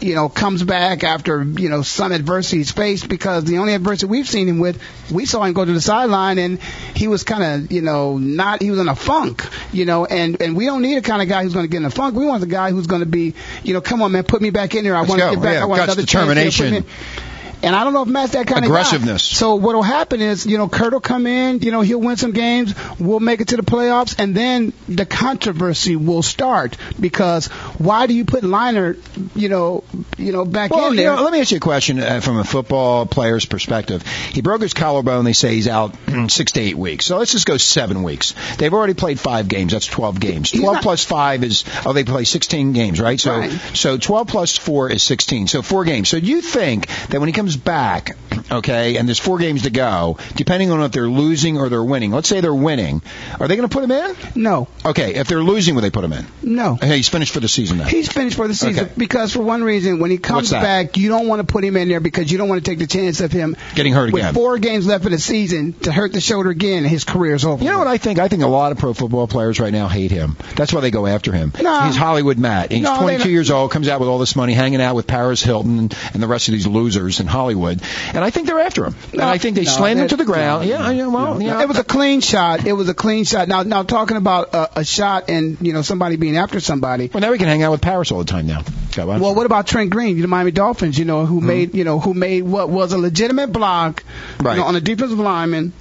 S3: you know, comes back after you know some adversity he's faced because the only adversity we've seen him with, we saw him go to the sideline and he was kind of you know not he was in a funk, you know, and and we don't need a kind of guy who's going to get in a funk. We want the guy who's going to be, you know, come on man, put me back in there. I
S4: Let's
S3: want to
S4: go.
S3: get back.
S4: Yeah,
S3: I want
S4: guts,
S3: another chance here. Put me
S4: determination.
S3: in. And I don't know if Matt's that kind
S4: Aggressiveness.
S3: of guy. So what'll happen is, you know, Kurt will come in, you know, he'll win some games, we'll make it to the playoffs, and then the controversy will start because why do you put Liner, you know, you know, back
S4: Well,
S3: in
S4: you
S3: there?
S4: know, let me ask you a question uh, from a football player's perspective. He broke his collarbone. They say he's out *clears throat* six to eight weeks. So let's just go seven weeks. They've already played five games. That's twelve games. Twelve
S3: not-
S4: plus five is oh, they play sixteen games, right? So
S3: Right.
S4: so twelve plus four is sixteen. So four games. So you think that when he comes back, okay, and there's four games to go, depending on if they're losing or they're winning. Let's say they're winning, are they going to put him in?
S3: no,
S4: Okay, if they're losing, will they put him in?
S3: no.
S4: Hey, he's finished for the season now.
S3: He's finished for the season
S4: Okay.
S3: because for one reason, when he
S4: What's
S3: comes
S4: that?
S3: back, you don't want to put him in there because you don't want to take the chance of him
S4: Getting hurt
S3: with
S4: again.
S3: four games left in the season to hurt the shoulder again. and His career's over.
S4: You know what I think? I think a lot of pro football players right now hate him. That's why they go after him.
S3: No.
S4: He's Hollywood Matt. He's
S3: No, they
S4: 22
S3: don't-
S4: years old, comes out with all this money, hanging out with Paris Hilton and, and the rest of these losers in Hollywood. And I think they're after him. and
S3: No.
S4: I think they
S3: No,
S4: slammed him
S3: that-
S4: to the ground.
S3: no,
S4: yeah, I- yeah, well, yeah.
S3: It was a clean shot. It was a clean shot. Now, now talking about a, a shot and you know somebody being after somebody.
S4: well, now we can hang out with Paris all the time now. Okay, well,
S3: Well, what about Trent Green, the Miami Dolphins? You know who
S4: Hmm.
S3: made you know who made what was a legitimate block you
S4: Right.
S3: know, on a defensive lineman.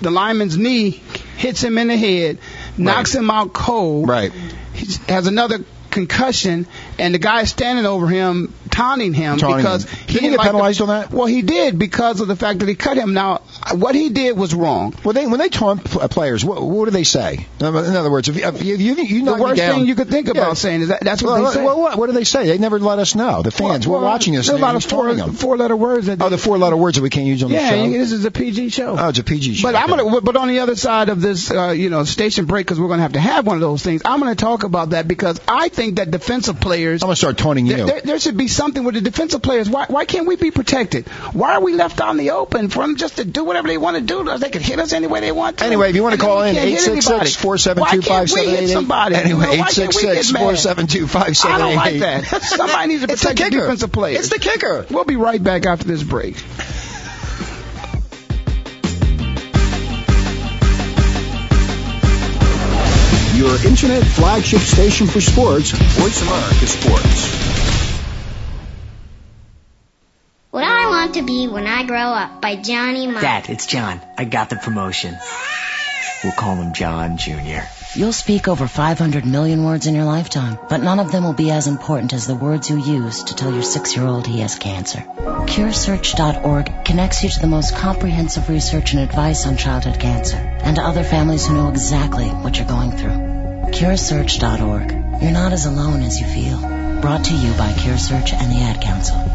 S3: The lineman's knee hits him in the head, knocks him out cold.
S4: Right.
S3: He has another concussion, and the guy standing over him taunting him
S4: Taunting
S3: because
S4: him. Didn't he get
S3: like the-
S4: penalized on that?
S3: Well, he did because of the fact that he cut him. Now, what he did was wrong.
S4: Well, they, when they taunt pl- players, what, what do they say? In other words, if you, if you, you, you knock
S3: the
S4: me
S3: worst
S4: down-
S3: thing you could think about
S4: Yeah.
S3: saying is that that's what
S4: Well,
S3: they say.
S4: well, what, what do they say? They never let us know. The fans,
S3: Well,
S4: we're watching this.
S3: There's
S4: and
S3: a lot
S4: they're
S3: of four,
S4: taunting them.
S3: four-letter words that.
S4: Oh, the four-letter words that we can't use on
S3: yeah,
S4: the show.
S3: you- this is a PG show.
S4: Oh, it's a PG show.
S3: But I'm gonna. But on the other side of this, uh, you know, station break because we're gonna have to have one of those things. I'm gonna talk about that because I think that defensive players.
S4: I'm gonna start taunting you.
S3: There, there, there should be something with the defensive players. Why, why can't we be protected? Why are we left out in the open for them just to do whatever they want to do to us? They can hit us any way they want to.
S4: Anyway, if you want to
S3: And then
S4: call
S3: we
S4: in,
S3: can't hit anybody.
S4: 866 472
S3: Why can't we hit
S4: 5788.
S3: somebody?
S4: Anyway,
S3: You know, why can't we get
S4: 866
S3: mad?
S4: 472
S3: I don't
S4: 5788.
S3: like that. *laughs* Somebody needs to
S4: It's the
S3: protect the
S4: kicker.
S3: defensive players.
S4: It's the kicker.
S3: We'll be right back after this break.
S1: Your internet flagship station for sports,
S2: Voice America Sports.
S8: What I Want to Be When I Grow Up by Johnny Meyer.
S9: Dad, it's John. I got the promotion. We'll call him John Jr.
S10: You'll speak over 500 million words in your lifetime, but none of them will be as important as the words you use to tell your six-year-old he has cancer. CureSearch.org connects you to the most comprehensive research and advice on childhood cancer and to other families who know exactly what you're going through. CureSearch.org. You're not as alone as you feel. Brought to you by CureSearch and the Ad Council.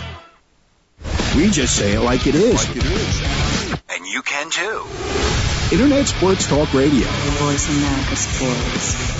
S1: We just say it like it is.
S2: And you can too.
S1: Internet Sports Talk Radio.
S11: Voice America Sports.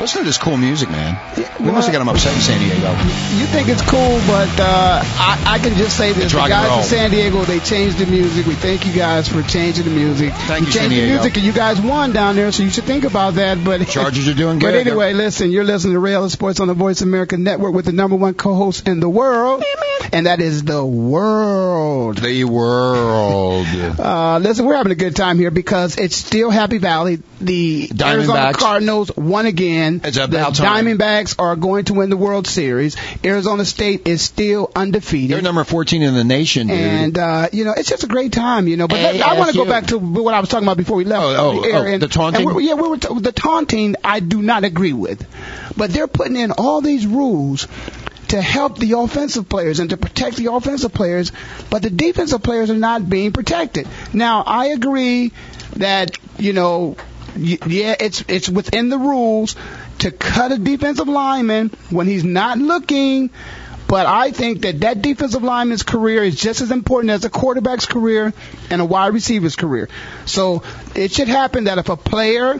S4: Listen to this cool music, man. We must have got him upset in San Diego.
S3: You think it's cool, but uh, I, I can just say this:
S4: It's
S3: the
S4: rock and
S3: guys
S4: roll.
S3: in San Diego, they changed the music. We thank you guys for changing the music.
S4: Thank
S3: you
S4: you, San
S3: changed the
S4: Diego.
S3: music, and you guys won down there, so you should think about that. But *laughs*
S4: Chargers are doing
S3: But
S4: good.
S3: anyway, listen, you're listening to Rail Sports on the Voice America Network with the number one co-host in the world, and that is the world.
S4: The world.
S3: Uh, listen, we're having a good time here because it's still Happy Valley. The Arizona
S4: Diamondbacks.
S3: Cardinals won again.
S4: It's about
S3: the
S4: time.
S3: Diamondbacks are going to win the World Series. Arizona State is still undefeated.
S4: They're number 14 in the nation, dude.
S3: And uh, you know, it's just a great time, you know. But let- I want to go
S4: ASU.
S3: back to what I was talking about before we left
S4: Oh, oh,
S3: the air.
S4: oh,
S3: and,
S4: the taunting?
S3: and we- yeah, we were t- the taunting. I do not agree with, but they're putting in all these rules to help the offensive players and to protect the offensive players, but the defensive players are not being protected. Now, I agree that you know, y- yeah, it's it's within the rules to cut a defensive lineman when he's not looking. But I think that that defensive lineman's career is just as important as a quarterback's career and a wide receiver's career. So it should happen that if a player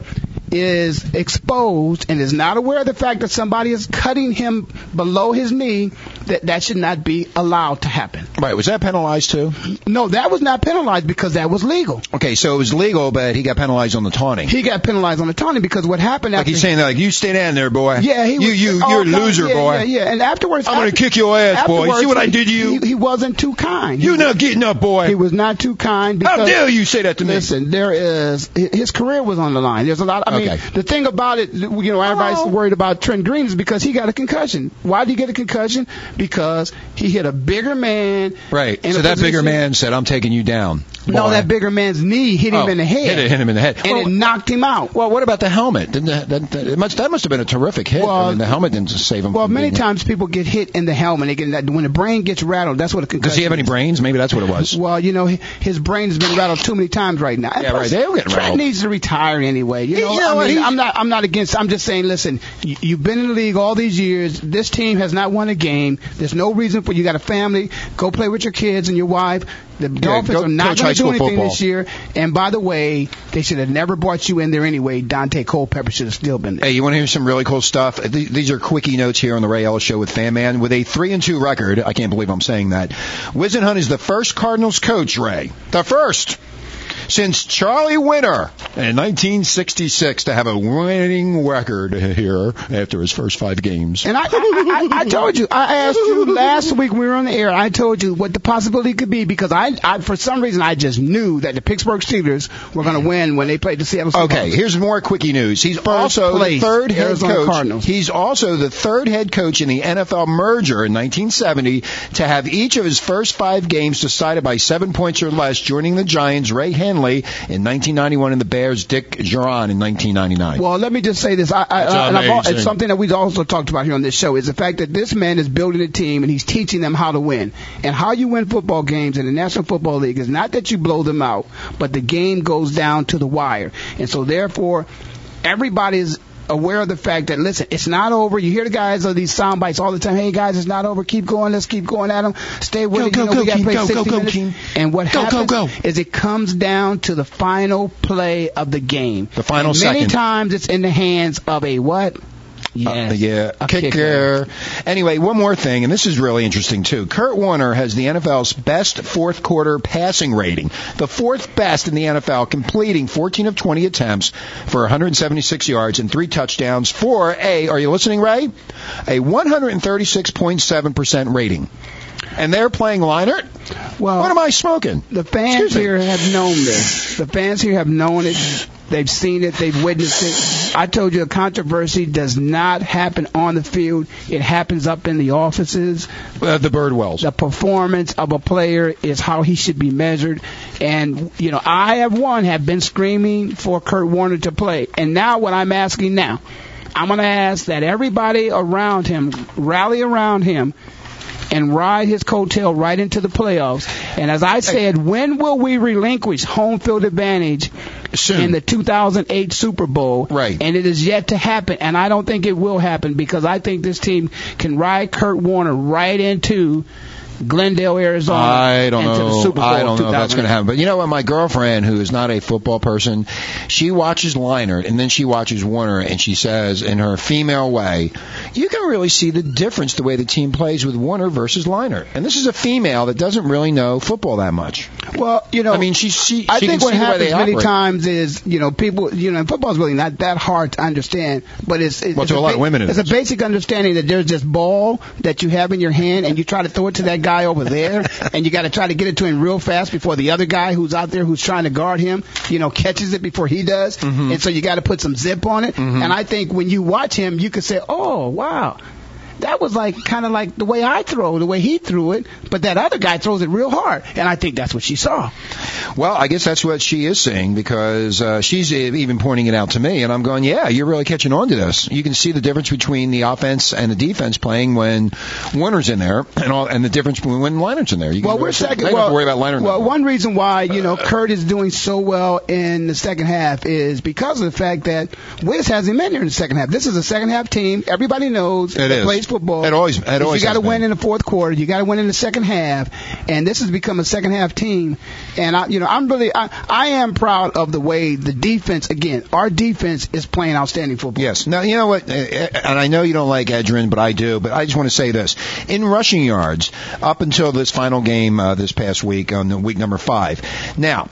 S3: is exposed and is not aware of the fact that somebody is cutting him below his knee, that that should not be allowed to happen.
S4: Right, was that penalized too?
S3: No, that was not penalized because that was legal.
S4: Okay, so it was legal, but he got penalized on the taunting.
S3: He got penalized on the taunting because what happened
S4: like
S3: after
S4: he's saying, like, you stay down there, boy.
S3: Yeah, he
S4: you,
S3: was.
S4: you,
S3: all
S4: you're a
S3: kinds-
S4: loser,
S3: yeah,
S4: boy.
S3: Yeah, yeah. And afterwards,
S4: I'm gonna
S3: after-
S4: kick your ass, boy.
S3: afterwards,
S4: See what I
S3: he-
S4: did to you?
S3: He, he wasn't too kind.
S4: You're
S3: He-
S4: not getting up, boy.
S3: He was not too kind. Because,
S4: How dare you say that to me?
S3: Listen, there is his career was on the line. There's a lot. I mean,
S4: Okay. Oh.
S3: the thing about it, you know, everybody's worried about Trent Green is because he got a concussion. Why did he get a concussion? Because he hit a bigger man.
S4: Right.
S3: in
S4: so
S3: a
S4: that bigger
S3: position-
S4: man said, "I'm taking you down."
S3: No,
S4: boy.
S3: that bigger man's knee hit him
S4: Oh,
S3: in the head.
S4: Hit, it- hit him in the head.
S3: And it
S4: well,
S3: knocked him out.
S4: well, what about the helmet? Didn't that, that, that, it must, that must have been a terrific hit.
S3: Well,
S4: I mean, the helmet didn't save him.
S3: Well, many
S4: times.
S3: times people get hit in the helmet. They get, when the brain gets rattled, that's what a concussion.
S4: Does he have any
S3: is.
S4: brains? Maybe that's what it was.
S3: Well, you know, hi- his brain has been rattled too many times right now.
S4: Yeah, right. They'll get
S3: Trent
S4: rattled.
S3: needs to retire anyway. You
S4: You
S3: know,
S4: know
S3: I
S4: what?
S3: mean,
S4: He's-
S3: I'm not. I'm not against. I'm just saying. Listen, you, you've been in the league all these years. This team has not won a game. There's no reason for you. Got a family. Go play with your kids and your wife. The Dolphins
S4: go
S3: are not
S4: coach
S3: going
S4: high
S3: to do
S4: school
S3: anything
S4: football.
S3: this year. And by the way, they should have never brought you in there anyway. Dante Culpepper should have still been there.
S4: Hey, you want to hear some really cool stuff? Th- These are quickie notes here on the Ray Ellis Show with Fan Man. With a three and two record, I can't believe I'm saying that. Wizenhunt is the first Cardinals coach, Ray, the first since Charlie Winter in 1966 to have a winning record here after his first five games.
S3: And I, I, I, I told you, I asked you last week when we were on the air. I told you what the possibility could be because I, I for some reason, I just knew that the Pittsburgh Steelers were going to win when they played the Seattle. Seahawks.
S4: Okay, here's more quickie news. He's also
S3: place,
S4: the third head
S3: Arizona
S4: coach.
S3: Cardinals.
S4: He's also the third head coach in the NFL merger in 1970 to have each of his first five games decided by seven points or less, joining the Giants' Ray Henley in 1991 and the Bears' Dick Geron in 1999.
S3: Well, let me just say this. I, I,
S4: That's
S3: and I've al-
S4: amazing.
S3: it's something that we've also talked about here on this show is the fact that this man is building a team and he's teaching them how to win. And how you win football games in the National Football League is not that you blow them out, but the game goes down to the wire. And so, therefore, everybody is aware of the fact that listen, it's not over. You hear the guys of these sound bites all the time. Hey guys, it's not over. Keep going. Let's keep going at them. Stay with
S12: Go,
S3: it.
S12: go,
S3: you know,
S12: go,
S3: we got to
S12: Keem.
S3: play
S12: Go,
S3: 60
S12: go, go,
S3: minutes.
S12: Keem.
S3: And what
S12: Go, go,
S3: happens
S12: go.
S3: is it comes down to the final play of the game. The
S4: final
S3: and Many
S4: second. Uh,
S3: times it's in the hands of a what? Yes.
S4: Yeah, kicker. Anyway, one more thing, and this is really interesting too. Kurt Warner has the NFL's best fourth quarter passing rating, the fourth best in the NFL, completing 14 of 20 attempts for 176 yards and three touchdowns for a. Are you listening, Ray? A 136.7 percent rating, and they're playing Leinert.
S3: Well,
S4: what am I smoking?
S3: The fans
S4: Excuse me.
S3: here have known this. The fans here have known it. They've seen it. They've witnessed it. I told you a controversy does not happen on the field. It happens up in the offices.
S4: Uh, the Birdwells.
S3: The performance of a player is how he should be measured. And, you know, I have one, have been screaming for Kurt Warner to play. And now what I'm asking now, I'm going to ask that everybody around him rally around him and ride his coattail right into the playoffs. And as I said, when will we relinquish home field advantage in the 2008 Super Bowl? Right. And it is yet to happen, and I don't think it will happen because I think this team can ride Kurt Warner right into Glendale, Arizona,
S4: I don't
S3: and to the
S4: know.
S3: Super Bowl
S4: I don't
S3: of
S4: know if that's going
S3: 2008.
S4: to happen. But you know what? My girlfriend, who is not a football person, she watches Leinert and then she watches Warner, and she says in her female way, "You can really see the difference the way the team plays with Warner versus Leinert." And this is a female that doesn't really know football that much.
S3: Well, you know,
S4: I mean, she she.
S3: I
S4: she
S3: think
S4: can
S3: what
S4: see the way
S3: happens
S4: they
S3: many
S4: operate.
S3: times is, you know, people, you know, and football's really not that hard to understand, but it's it's,
S4: Well,
S3: it's
S4: to a lot of women it
S3: It's
S4: is.
S3: a basic understanding that there's this ball that you have in your hand, and you try to throw it to that guy over
S4: *laughs*
S3: there, and you got to try to get it to him real fast before the other guy who's out there who's trying to guard him, you know, catches it before he does,
S4: Mm-hmm.
S3: and so you got to put some zip on it. And I think when you watch him, you could say, oh wow. That was like kind of like the way I throw, the way he threw it, but that other guy throws it real hard, and I think that's what she saw.
S4: Well, I guess that's what she is saying because uh, she's e- even pointing it out to me, and I'm going, "Yeah, you're really catching on to this. You can see the difference between the offense and the defense playing when Warner's in there, and all, and the difference when when Leonard's in there. You can
S3: Well, we're
S4: really see-
S3: second.
S4: They don't have
S3: well,
S4: to worry about Leonard. Uh,
S3: well, one reason why you know Kurt is doing so well in the second half is because of the fact that Wiz hasn't been here in the second half. This is a second half team. Everybody knows
S4: It
S3: that
S4: is.
S3: plays football.
S4: It always- it
S3: If
S4: always
S3: you got to
S4: has
S3: win in the fourth quarter. You got to win in the second half, and this has become a second half team. And I, you know, I'm really, I, I am proud of the way the defense. Again, our defense is playing outstanding football.
S4: Yes. Now you know what, uh, and I know you don't like Edrin, but I do. But I just want to say this: in rushing yards, up until this final game uh, this past week on the week number five. Now.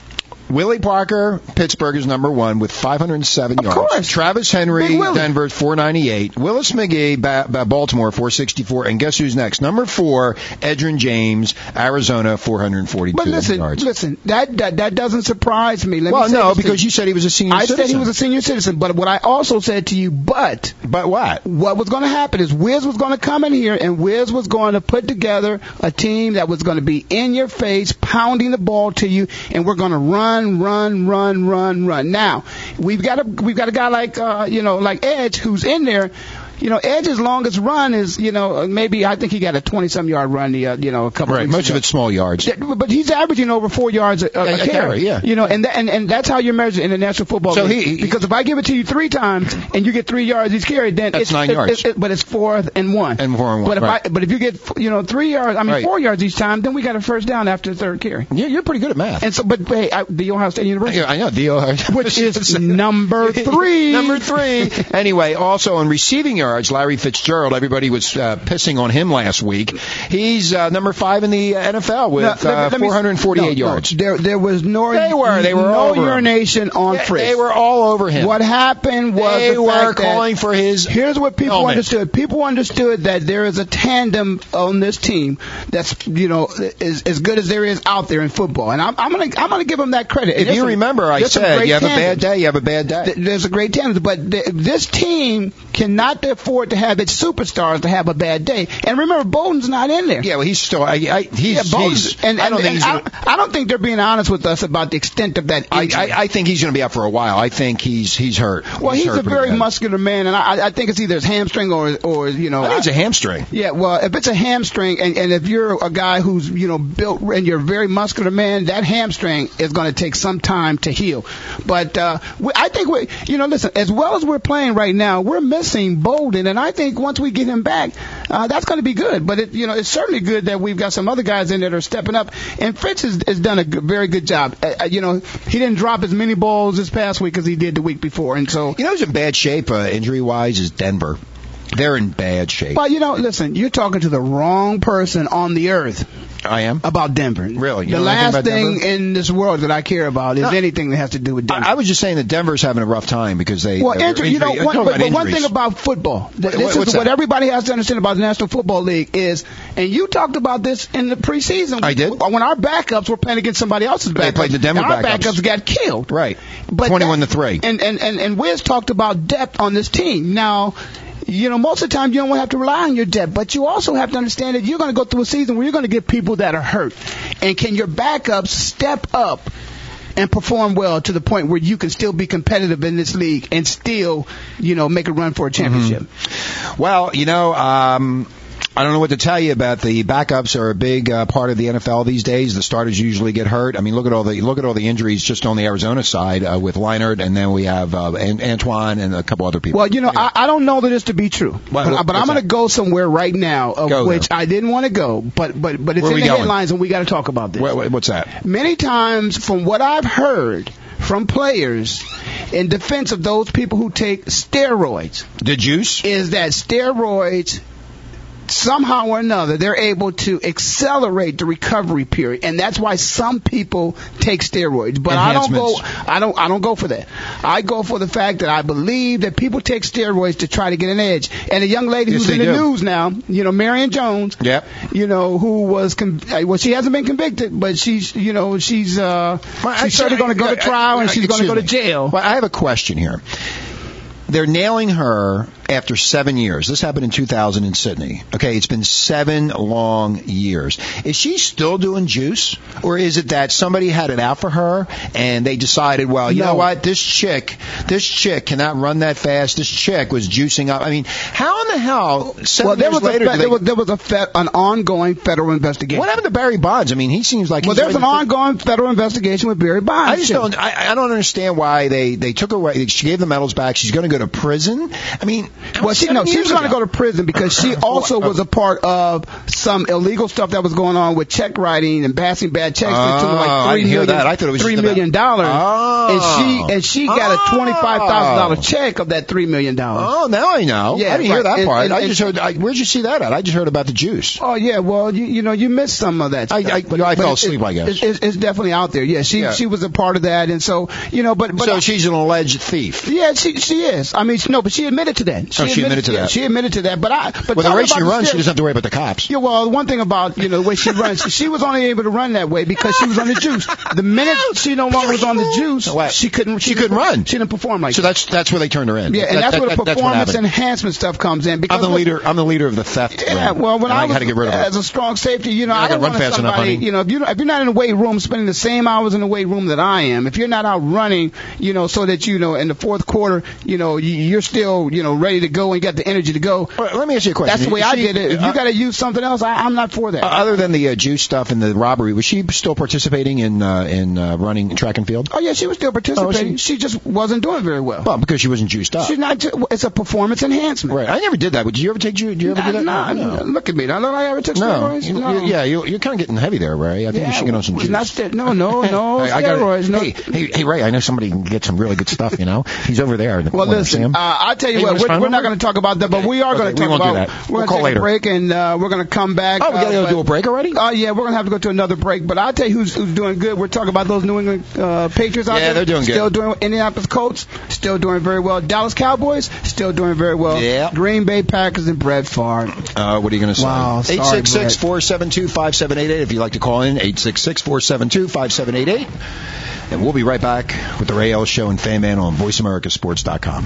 S4: Willie Parker, Pittsburgh is number one with 507 yards.
S3: course.
S4: Travis Henry,
S3: Big Willie.
S4: Denver, 498. Willis McGee, ba- ba- Baltimore, 464. And guess who's next? Number four, Edrin James, Arizona, 442
S3: But listen,
S4: yards.
S3: listen, that, that that doesn't surprise me. Let
S4: well,
S3: me say
S4: no,
S3: this to
S4: because you said he was a senior
S3: I
S4: citizen.
S3: said he was a senior citizen, but what I also said to you, but
S4: but what?
S3: What was going to happen is Wiz was going to come in here, and Wiz was going to put together a team that was going to be in your face, pounding the ball to you, and we're going to run, run, run, run, run. Now we've got a we've got a guy like uh, you know like Edge who's in there. You know, Edge's longest run is, you know, maybe I think he got a 20-some yard run, the, uh, you know, a couple.
S4: right,
S3: weeks
S4: most
S3: ago.
S4: of it's small yards.
S3: Yeah, but he's averaging over four yards a, a,
S4: A- a
S3: carry.
S4: carry, yeah.
S3: You know, and that, and and that's how you're measured in the National Football
S4: So
S3: League.
S4: he- he-
S3: because if I give it to you three times and you get three yards each carry, then
S4: That's
S3: it's
S4: nine
S3: it-
S4: yards.
S3: it- it- but it's fourth and one.
S4: And four and one,
S3: But if
S4: right.
S3: I but if you get you know three yards, I mean
S4: Right.
S3: four yards each time, then we got a first down after the third carry.
S4: Yeah, you're pretty good at math.
S3: And so, but hey, I, the Ohio State University,
S4: Yeah, I know
S3: *laughs*
S4: the uh,
S3: which
S4: *laughs*
S3: is *laughs* number three.
S4: Number three. Anyway, also in receiving yards, Larry Fitzgerald. Everybody was uh, pissing on him last week. He's uh, number five in the uh, NFL with
S3: No, let me-
S4: uh,
S3: let me-
S4: 448
S3: no, no.
S4: yards.
S3: There, there was no.
S4: They were. They were
S3: no
S4: all over him.
S3: urination on
S4: They-
S3: Fritz.
S4: They were all over him.
S3: What happened was
S4: They
S3: the
S4: were
S3: fact that-
S4: calling for his
S3: Here's what people
S4: helmet.
S3: understood. People understood that there is a tandem on this team that's you know is as good as there is out there in football, and I'm, I'm gonna I'm gonna give them that credit.
S4: If
S3: There's
S4: you
S3: some-
S4: remember, I
S3: there's some
S4: said
S3: great
S4: you have a
S3: tandems
S4: bad day. You have a bad day.
S3: th- there's a great tandem, but th- this team cannot afford to have its superstars to have a bad day. And remember, Bolden's not in there.
S4: Yeah, well, he's still. I, I, he's,
S3: yeah, Bolden's,
S4: he's-
S3: and,
S4: I don't
S3: and-
S4: think
S3: and
S4: he's
S3: I,
S4: gonna-
S3: I don't think they're being honest with us about the extent of that
S4: I,
S3: injury.
S4: I, I think he's going to be out for a while. I think he's he's hurt.
S3: well, he's,
S4: hurt
S3: a
S4: pretty
S3: very
S4: bad.
S3: muscular man, and I, I think it's either his hamstring or, or you know,
S4: I think it's a hamstring.
S3: Yeah, well, if it's a hamstring, and, and if you're a guy who's you know built and you're a very muscular man, that hamstring is going to take some time to heal. But uh, we, I think we, you know, listen, as well as we're playing right now, we're missing Bolden, and I think once we get him back, uh, that's going to be good. But it, you know, it's certainly good that we've got some other guys in there that are stepping up, and Fritz has, has done a g- very good job. Uh, uh, you know, he didn't drop as many balls this past week as he did the week before, and so
S4: You know, who's in bad shape uh, injury wise is Denver. They're in bad shape.
S3: Well, you know, listen, you're talking to the wrong person on the earth.
S4: I am
S3: about Denver.
S4: Really, You
S3: the
S4: know anything
S3: last
S4: about
S3: thing
S4: Denver?
S3: in this world that I care about is anything that has to do with Denver.
S4: I, I was just saying that Denver's having a rough time because they.
S3: well,
S4: they're
S3: injury, you know,
S4: injury-
S3: one,
S4: talk
S3: but,
S4: about
S3: but one
S4: injuries.
S3: thing about football, th-
S4: What-
S3: this is
S4: what's
S3: what
S4: that?
S3: everybody has to understand about the National Football League is, and you talked about this in the preseason.
S4: I did.
S3: When our backups were playing against somebody else's backups.
S4: They played the Denver
S3: and our
S4: backups.
S3: got killed.
S4: Right.
S3: But
S4: 21 to 3.
S3: And, and, and, and Wiz talked about depth on this team. Now, you know, most of the time you don't have to rely on your depth, but you also have to understand that you're going to go through a season where you're going to get people that are hurt. And can your backups step up and perform well to the point where you can still be competitive in this league and still, you know, make a run for a championship?
S4: Mm-hmm. Well, you know, um, I don't know what to tell you about the backups are a big uh, part of the NFL these days. The starters usually get hurt. I mean, look at all the look at all the injuries just on the Arizona side uh, with Leinert, and then we have uh, An- Antoine and a couple other people.
S3: Well, you know, I, I don't know that this to be true,
S4: Why-
S3: but,
S4: what-
S3: but I'm
S4: what's
S3: going to
S4: that?
S3: go somewhere right now, of
S4: Go
S3: which I didn't want to go, but but but it's
S4: Where
S3: in
S4: we
S3: the
S4: going?
S3: headlines, and we got to talk about this.
S4: What- what- what's that?
S3: Many times, from what I've heard from players in defense of those people who take steroids,
S4: The juice?
S3: is that steroids somehow or another they're able to accelerate the recovery period and that's why some people take steroids but i don't go i don't i don't go for that i go for the fact that i believe that people take steroids to try to get an edge and a young lady
S4: Yes,
S3: who's in the
S4: they do.
S3: news now you know marion jones
S4: Yep.
S3: you know who was con- uh, well she hasn't been convicted but she's you know she's uh she's certainly going to go to trial and she's going to go to jail
S4: Well, I have a question here. They're nailing her after seven years. This happened in 2000 in Sydney. Okay, it's been seven long years. Is she still doing juice, or is it that somebody had it out for her and they decided, well, you know what, this chick, this chick cannot run that fast. This chick was juicing up. I mean, how in the hell? Seven
S3: well there
S4: years
S3: was,
S4: later,
S3: a fe-
S4: do they-
S3: there was there was a fe- an ongoing federal investigation
S4: what happened to Barry Bonds? I mean, he seems like
S3: well
S4: he's
S3: there's an
S4: ready to-
S3: ongoing federal investigation with barry bonds
S4: I just
S3: too.
S4: don't. I, I don't understand why they they took away. She gave the medals back. She's going to go to prison. I mean,
S3: Well, she no, she was going to go to prison because
S4: *laughs*
S3: she also
S4: uh,
S3: was a part of some illegal stuff that was going on with check writing and passing bad checks that took
S4: Oh,
S3: like
S4: I
S3: three
S4: didn't hear
S3: million
S4: that. I thought it was
S3: three
S4: just about-
S3: million dollars,
S4: Oh.
S3: and she and she got a twenty five thousand dollar check of that three million dollars.
S4: Oh, now I know.
S3: Yeah,
S4: I didn't hear
S3: right.
S4: that
S3: And-
S4: part.
S3: and-
S4: I just
S3: and-
S4: heard. I, where'd you see that at? I just heard about the juice.
S3: Oh yeah, well you you know you missed some of that.
S4: I-
S3: stuff,
S4: I- yeah, I fell
S3: it's-
S4: asleep, I guess.
S3: it's, it's, it's definitely out there. Yeah, she
S4: Yeah.
S3: she was a part of that, and so you know, but but
S4: so she's an alleged thief.
S3: yeah, she she is. I mean, she- no, but she admitted to that.
S4: Oh, she admitted to
S3: yeah,
S4: that.
S3: She admitted to that. But I but
S4: Well, the
S3: talking
S4: race she
S3: about
S4: runs, she
S3: steroids-
S4: doesn't have to worry about the cops.
S3: Yeah, well, one thing about you know the way she runs, she was only able to run that way because she was on the juice. The minute she no longer was on the juice, she couldn't. She, couldn't
S4: run.
S3: She didn't perform like
S4: So
S3: that.
S4: that's that's where they turned her in.
S3: Yeah, and
S4: That-
S3: that's
S4: that-
S3: where the
S4: that- that's what
S3: performance
S4: happened.
S3: enhancement stuff comes in. Because
S4: I'm the
S3: look,
S4: leader. I'm the leader of the theft.
S3: Yeah,
S4: ring.
S3: well, when
S4: And
S3: I,
S4: I,
S3: was
S4: had to get rid of her.
S3: as a strong safety, you know,
S4: I
S3: I
S4: gotta
S3: don't
S4: run
S3: want
S4: fast enough,
S3: somebody.
S4: honey.
S3: you know, if you if you're not in the weight room spending the same hours in the weight room that I am, if you're not out running, you know, so that you know in the fourth quarter, you know, you- you're still you know ready to go and got the energy to go.
S4: let me ask you a question.
S3: That's the way
S4: Is
S3: I
S4: she-
S3: did it. If
S4: uh,
S3: you got to use something else, I, I'm not for that.
S4: Uh, Other than the uh, juice stuff and the robbery, was she still participating in uh, in uh, running track and field?
S3: Oh yeah, she was still participating.
S4: Oh,
S3: she, just wasn't doing very well.
S4: Well, because she wasn't juiced up.
S3: She's not. ju- It's a performance enhancement.
S4: Right. I never did that. Did you ever take juice? Did you ever do that?
S3: No, no, Look at me. I look like I ever took
S4: No.
S3: steroids.
S4: You- you- yeah, you, you're kind of getting heavy there, Ray. I think
S3: Yeah,
S4: you should get on some
S3: it's
S4: juice.
S3: not ste- no, no, no
S4: I- I gotta-
S3: steroids, no.
S4: *laughs* Hey, hey, hey, Ray, I know somebody can get some really good stuff, you know? He's over there in the
S3: Well,
S4: corner. See
S3: listen.
S4: him?
S3: Uh, I'll tell you
S4: Hey,
S3: what.
S4: want his
S3: We're,
S4: phone
S3: we're not
S4: number?
S3: going to talk about that, but we are
S4: Okay,
S3: going to
S4: we
S3: talk
S4: won't do
S3: about.
S4: that.
S3: We're going
S4: We'll
S3: to
S4: call
S3: take
S4: later.
S3: a break, and uh, we're going to come back.
S4: Oh, we gotta
S3: uh,
S4: go do
S3: but-
S4: a break already?
S3: Oh yeah, we're going to have to go to another break. But I'll tell you who's, who's doing good. We're talking about those New England uh, Patriots. out there.
S4: Yeah, they're doing good.
S3: Still doing Indianapolis Colts. Still doing very well. Dallas Cowboys. Still doing very well.
S4: Yeah.
S3: Green Bay Packers and Brett Favre.
S4: Uh, what are you going to say?
S3: Wow, sorry,
S4: 866 472 5788 if you'd like to call in. 866 472 5788. And we'll be right back with the Ray Ellis Show and Fan Man on VoiceAmericaSports.com.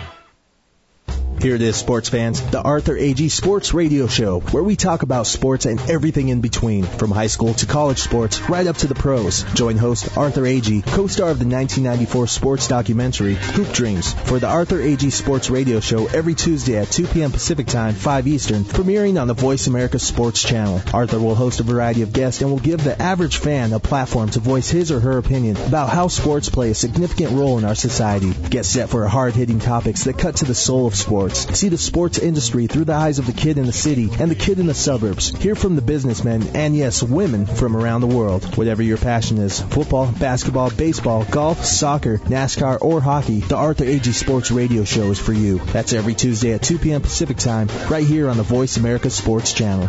S13: Here it is, sports fans. The Arthur A.G. Sports Radio Show, where we talk about sports and everything in between, from high school to college sports, right up to the pros. Join host Arthur A.G., co-star of the 1994 sports documentary Hoop Dreams, for the Arthur A.G. Sports Radio Show every Tuesday at 2 p.m. Pacific Time, 5 Eastern, premiering on the Voice America Sports Channel. Arthur will host a variety of guests and will give the average fan a platform to voice his or her opinion about how sports play a significant role in our society. Get set for hard-hitting topics that cut to the soul of sports. See the sports industry through the eyes of the kid in the city and the kid in the suburbs. Hear from the businessmen and, yes, women from around the world. Whatever your passion is football, basketball, baseball, golf, soccer, NASCAR, or hockey the Arthur A.G. Sports Radio Show is for you. That's every Tuesday at 2 p.m. Pacific Time, right here on the Voice America Sports Channel.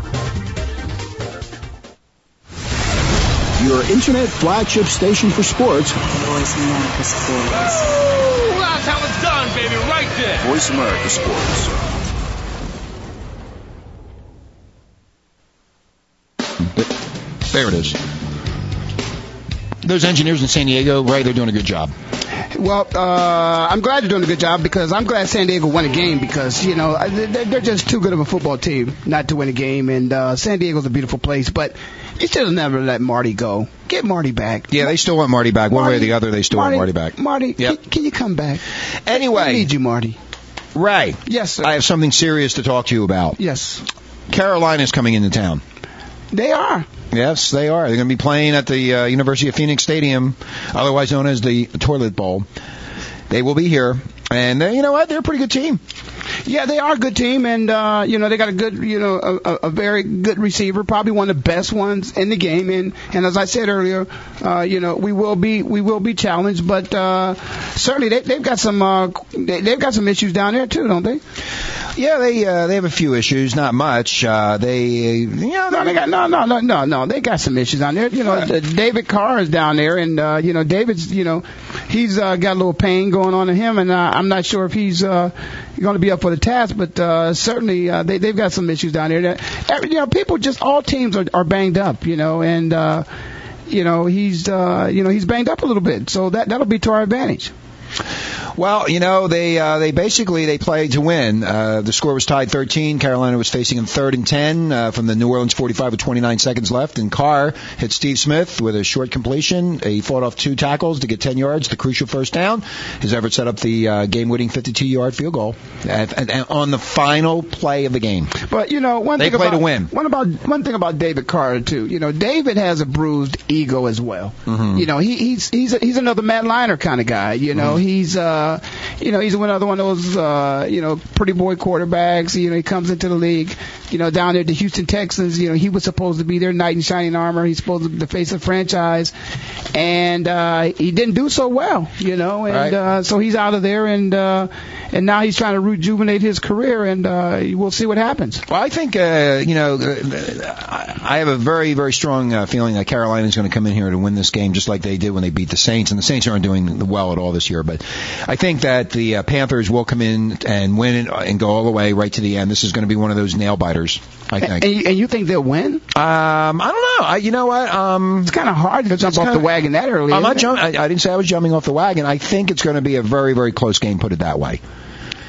S1: Your internet flagship station for sports.
S11: Voice America Sports.
S12: Ooh, that's how it's done, baby, right there.
S1: Voice America Sports.
S4: There it is. Those engineers in San Diego, right? They're doing a good job.
S3: Well, uh, I'm glad you're doing a good job because I'm glad San Diego won a game because you know uh, they're they're just too good of a football team not to win a game, and uh, San Diego's a beautiful place, but you should have never let Marty go. Get Marty back.
S4: Yeah, they still want Marty back. One way or the other, they still want Marty back.
S3: Marty,
S4: Yep.
S3: can, can you come back?
S4: Anyway.
S3: we need you, Marty.
S4: Ray,
S3: Yes, sir.
S4: I have something serious to talk to you about.
S3: yes,
S4: Carolina's coming into town.
S3: they are.
S4: Yes, they are. They're going to be playing at the uh, University of Phoenix Stadium, otherwise known as the Toilet Bowl. They will be here, and they, you know what? They're a pretty good team.
S3: Yeah, they are a good team, and uh, you know they got a good, you know, a, a- a very good receiver, probably one of the best ones in the game. And and as I said earlier, uh, you know we will be we will be challenged, but uh, certainly they, they've got some uh, they, they've got some issues down there too, don't they?
S4: Yeah, they uh, they have a few issues, not much. Uh, they, you know,
S3: No, they got no, no, no, no, no. They got some issues down there. You know, uh, David Carr is down there, and uh, you know, David's, you know, he's uh, got a little pain going on in him, and uh, I'm not sure if he's uh, going to be up for the task. But uh, certainly, uh, they, they've got some issues down there. That every- you know, people just all teams are, are banged up, you know, and uh, you know he's uh, you know he's banged up a little bit, so that that'll be to our advantage.
S4: Well, you know, they uh, they basically they played to win. Uh, the score was tied 13. Carolina was facing them third and 10 uh, from the New Orleans 45 with 29 seconds left, and Carr hit Steve Smith with a short completion. He fought off two tackles to get 10 yards, the crucial first down. His effort set up the uh, game-winning 52-yard field goal at, at, at- on the final play of the game.
S3: But you know, one
S4: They
S3: thing
S4: play
S3: about
S4: to win.
S3: One about one thing about David Carter too. You know, David has a bruised ego as well. You know, he, he's he's he's another Matt Liner kind of guy. You know, he's uh, you know, he's another one of those uh, you know, pretty boy quarterbacks. You know, he comes into the league. You know, down there at the Houston Texans. You know, he was supposed to be their knight in shining armor. He's supposed to be the face of the franchise, and uh, he didn't do so well. You know, and
S4: Right.
S3: uh, so he's out of there, and uh, and now he's trying to rejuvenate his career, and uh, we'll see what happens.
S4: Well, I think uh, you know, uh, I have a very, very strong uh, feeling that Carolina is going to come in here to win this game, just like they did when they beat the Saints. And the Saints aren't doing well at all this year, but I I think that the uh, Panthers will come in and win uh, and, and go all the way right to the end. This is going to be one of those nail biters. I think.
S3: And you, and you think they'll win?
S4: Um, I don't know. I, you know what? Um,
S3: it's kind of hard to jump off
S4: kinda-
S3: the wagon that early.
S4: I'm
S3: isn't
S4: not
S3: it?
S4: jumping. I, I didn't say I was jumping off the wagon. I think it's going to be a very, very close game. Put it that way.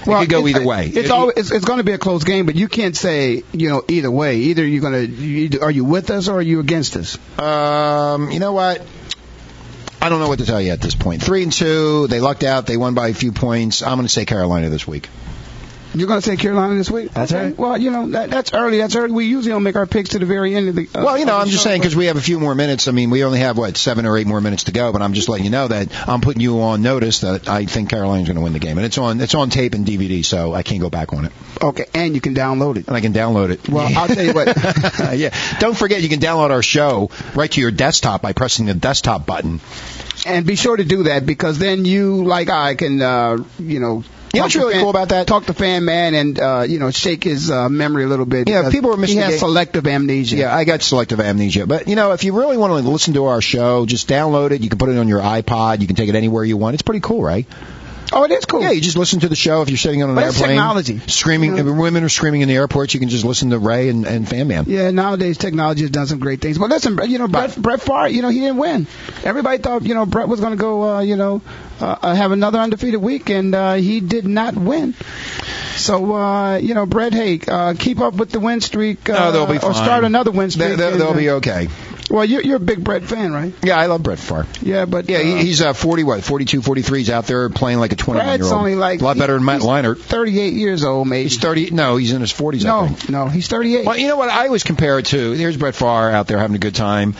S3: Well,
S4: it could go
S3: it's-
S4: either way.
S3: It's
S4: It-
S3: always it's, it's going to be a close game, but you can't say you know either way. Either you're going to you, are you with us or are you against us?
S4: Um, you know what? I don't know what to tell you at this point. Three and two. They lucked out. They won by a few points. I'm going to say Carolina this week.
S3: You're going to say Carolina this week? That's okay. right. Well, you know that, that's early. That's early. We usually don't make our picks to the very end of the. Uh,
S4: Well, you know,
S3: of the
S4: I'm just
S3: show,
S4: saying
S3: but-
S4: because we have a few more minutes. I mean, we only have what seven or eight more minutes to go. But I'm just letting you know that I'm putting you on notice that I think Carolina's going to win the game, and it's on it's on tape and DVD, so I can't go back on it.
S3: Okay, and you can download it.
S4: And I can download it.
S3: Well, I'll tell you what.
S4: *laughs* yeah. Don't forget, you can download our show right to your desktop by pressing the desktop button.
S3: and be sure to do that because then you, like I, can uh, you know.
S4: You
S3: talk
S4: know what's
S3: to
S4: really
S3: fan-
S4: cool about that?
S3: Talk to fan man and uh, you know shake his uh, memory a little bit.
S4: Yeah,
S3: because
S4: people are missing
S3: He
S4: the
S3: has
S4: game.
S3: selective amnesia.
S4: Yeah, I got selective amnesia. But, you know, if you really want to listen to our show, just download it. You can put it on your iPod. You can take it anywhere you want. It's pretty cool, right?
S3: Oh, it is cool.
S4: Yeah, you just listen to the show if you're sitting on an
S3: But it's
S4: airplane.
S3: technology. Mm-hmm.
S4: Screaming, if women are screaming in the airports. You can just listen to Ray and, and Fan Man.
S3: Yeah, nowadays technology has done some great things. But listen, you know, Brett, Brett Favre, you know, he didn't win. Everybody thought, you know, Brett was going to go, uh, you know, uh, uh, have another undefeated week, and uh, he did not win. So, uh, you know, Brett, hey, uh, keep up with the win streak. Uh,
S4: No, they'll be
S3: Or
S4: fine.
S3: start another win
S4: They-
S3: streak.
S4: they-
S3: and,
S4: they'll
S3: uh,
S4: be okay.
S3: Well, you're, you're a big Brett fan, right?
S4: Yeah, I love Brett Favre.
S3: Yeah, but
S4: Yeah,
S3: uh,
S4: he, he's uh, 40, what, 42, 43. He's out there playing like a 21 year
S3: Brad's
S4: old.
S3: only like
S4: a lot better than Matt Leinart.
S3: 38 years old, maybe.
S4: He's 30. No, he's in his 40s. I
S3: No,
S4: think.
S3: no, he's 38.
S4: Well, you know what I always compare it to? Here's Brett Favre out there having a good time.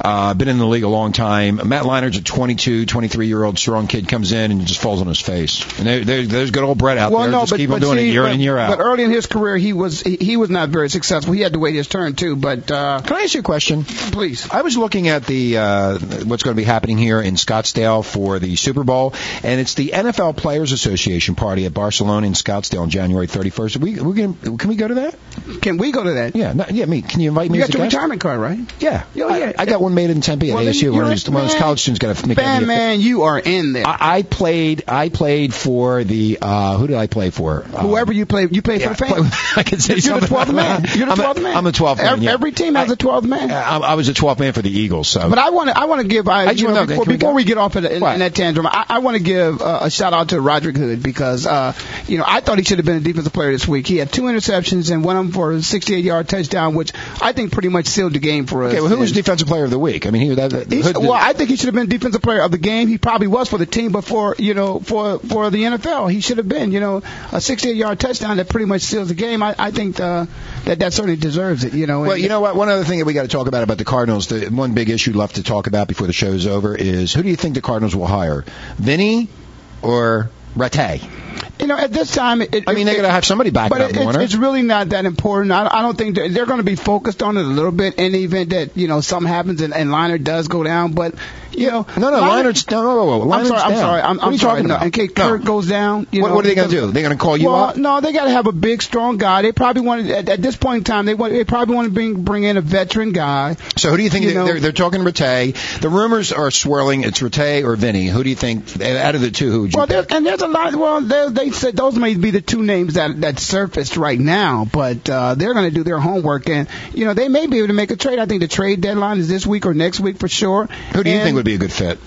S4: Uh, been in the league a long time. Matt Leinart's a 22, 23 year old strong kid comes in and just falls on his face. And there, there, there's good old Brett out
S3: well,
S4: there.
S3: no,
S4: just
S3: but,
S4: keep on
S3: but
S4: doing
S3: see,
S4: it year
S3: but,
S4: in and year out.
S3: But early in his career, he was he, he was not very successful. He had to wait his turn too. But uh,
S4: Can I ask you a question?
S3: please,
S4: I was looking at the uh, what's going to be happening here in Scottsdale for the Super Bowl, and it's the NFL Players Association party at Barcelona in Scottsdale on January 31st. We, we're gonna, can we go to that?
S3: can we go to that?
S4: Yeah, not, yeah. Me? Can you invite me?
S3: You
S4: as
S3: got
S4: a
S3: your
S4: guest?
S3: retirement card, right?
S4: Yeah.
S3: Oh,
S4: I-
S3: yeah.
S4: I, got one made in Tempe at
S3: Well, then
S4: ASU. One of
S3: you're
S4: those,
S3: a
S4: one of those
S3: man.
S4: college students got to make
S3: Bad
S4: it.
S3: man, you are in there.
S4: I I played. I played for the. Uh, who did I play for? Um,
S3: Whoever you play, you play for the
S4: play-
S3: fans.
S4: *laughs* I can say
S3: You're the
S4: something
S3: 12th
S4: like *laughs*
S3: man.
S4: that.
S3: You're the
S4: I'm a-
S3: 12th man.
S4: I'm a 12th man,
S3: Every,
S4: yeah.
S3: every team has a 12th man.
S4: I, uh, I was a 12th man for the Eagles. So
S3: But I want to. I want to give. I,
S4: just
S3: you know,
S4: wanna know,
S3: before,
S4: can we
S3: before
S4: go?
S3: we get off of the, in,
S4: What?
S3: in that tantrum, I, I want to give uh, a shout out to Roderick Hood because uh, you know I thought he should have been a defensive player this week. He had two interceptions and one of them for a 68-yard touchdown, which I think pretty much sealed the game for us.
S4: okay. Well, who
S3: And
S4: was defensive player of the week? I mean, he that, that,
S3: he-
S4: Hood-
S3: well, I think he should have been defensive player of the game. He probably was for the team, but for you know, for for the NFL, he should have been. You know, a 68-yard touchdown that pretty much seals the game. I, I think uh, that that certainly deserves it. You know,
S4: Well,
S3: And-
S4: you know what? One other thing that we got to talk about about the Cardinals, the one big issue left to talk about before the show is over is who do you think the Cardinals will hire, Vinny or Rattay?
S3: you know, at this time, it,
S4: I mean, they're
S3: it-
S4: going to have somebody back
S3: But
S4: up
S3: it, it's,
S4: Warner.
S3: it's really not that important. I, I don't think they're, they're going to be focused on it a little bit in the event that you know something happens and, and Liner does go down. But you know,
S4: no, no,
S3: Leinart-
S4: Leonard's no, no, no, no,
S3: I'm
S4: Leonard's
S3: sorry, I'm
S4: down.
S3: sorry. I'm,
S4: What are
S3: I'm
S4: you
S3: sorry.
S4: talking
S3: no,
S4: about?
S3: In case
S4: No.
S3: Kirk goes down, you
S4: What-
S3: know,
S4: what are they gonna
S3: because-
S4: do? They're gonna call you
S3: well,
S4: up?
S3: No, they got to have a big, strong guy. They probably want to, at, at this point in time. They want they probably want to bring bring in a veteran guy.
S4: So who do you think
S3: you
S4: they-
S3: know-
S4: they're, they're talking Rattay? The rumors are swirling. It's Rattay or Vinny. Who do you think out of the two? Who would you?
S3: Well, there's, and there's a lot. Well, there, they said those may be the two names that that surfaced right now, but uh, they're going to do their homework, and you know they may be able to make a trade. I think the trade deadline is this week or next week for sure.
S4: who do you
S3: And,
S4: think would be a good fit?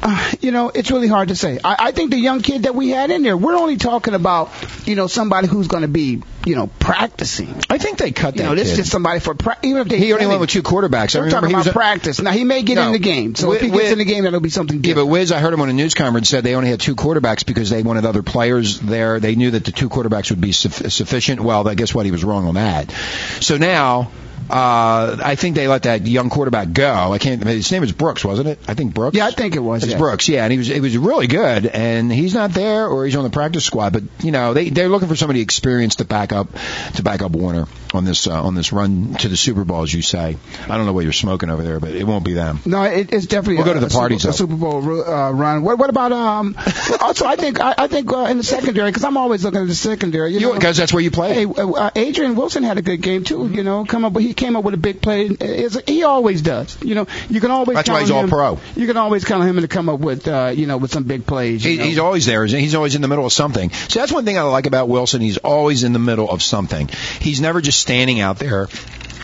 S3: Uh, you know, it's really hard to say. I, I think the young kid that we had in there, we're only talking about you know somebody who's going to be you know practicing.
S4: I think they cut that.
S3: You know, this
S4: kid.
S3: is just somebody for pra- even if they
S4: he only
S3: I
S4: went
S3: mean,
S4: with two quarterbacks. I
S3: We're
S4: remember
S3: talking
S4: he was
S3: about
S4: a-
S3: practice. Now he may get
S4: No.
S3: in the game, so if he
S4: Wi-
S3: gets
S4: wi-
S3: in the game, that'll be something
S4: Yeah,
S3: different.
S4: but Wiz, I heard him on a news conference said they only had two quarterbacks because they wanted other players there. They knew that the two quarterbacks would be suf- sufficient. Well, I guess what he was wrong on that. So now, uh, I think they let that young quarterback go. I can't. His name is Brooks, wasn't it? I think Brooks.
S3: yeah, I think it was.
S4: It's
S3: yeah.
S4: Brooks, yeah, and he was it was really good, and he's not there or he's on the practice squad, but you know they they're looking for somebody experienced to back up to back up Warner on this uh, on this run to the Super Bowl, as you say. I don't know what you're smoking over there, but it won't be them.
S3: No, it, it's definitely
S4: We'll
S3: a,
S4: go to the
S3: a
S4: parties,
S3: Super, a
S4: though.
S3: Super Bowl ru- uh, run. What, what about um? *laughs* also, I think I, I think uh, in the secondary because I'm always looking at the secondary. You know, uh,
S4: Because that's where you
S3: hey,
S4: play.
S3: uh, Adrian Wilson had a good game too. You know, come up, but he came up with a big play. It's, he always does. You know, you can always
S4: That's
S3: count
S4: why he's
S3: on
S4: all
S3: him-
S4: pro.
S3: You can always count on him to come up with uh, you know with some big plays. you
S4: He,
S3: know.
S4: he's always there. isn't he? He's always in the middle of something. See, that's one thing I like about Wilson. He's always in the middle of something. He's never just standing out there.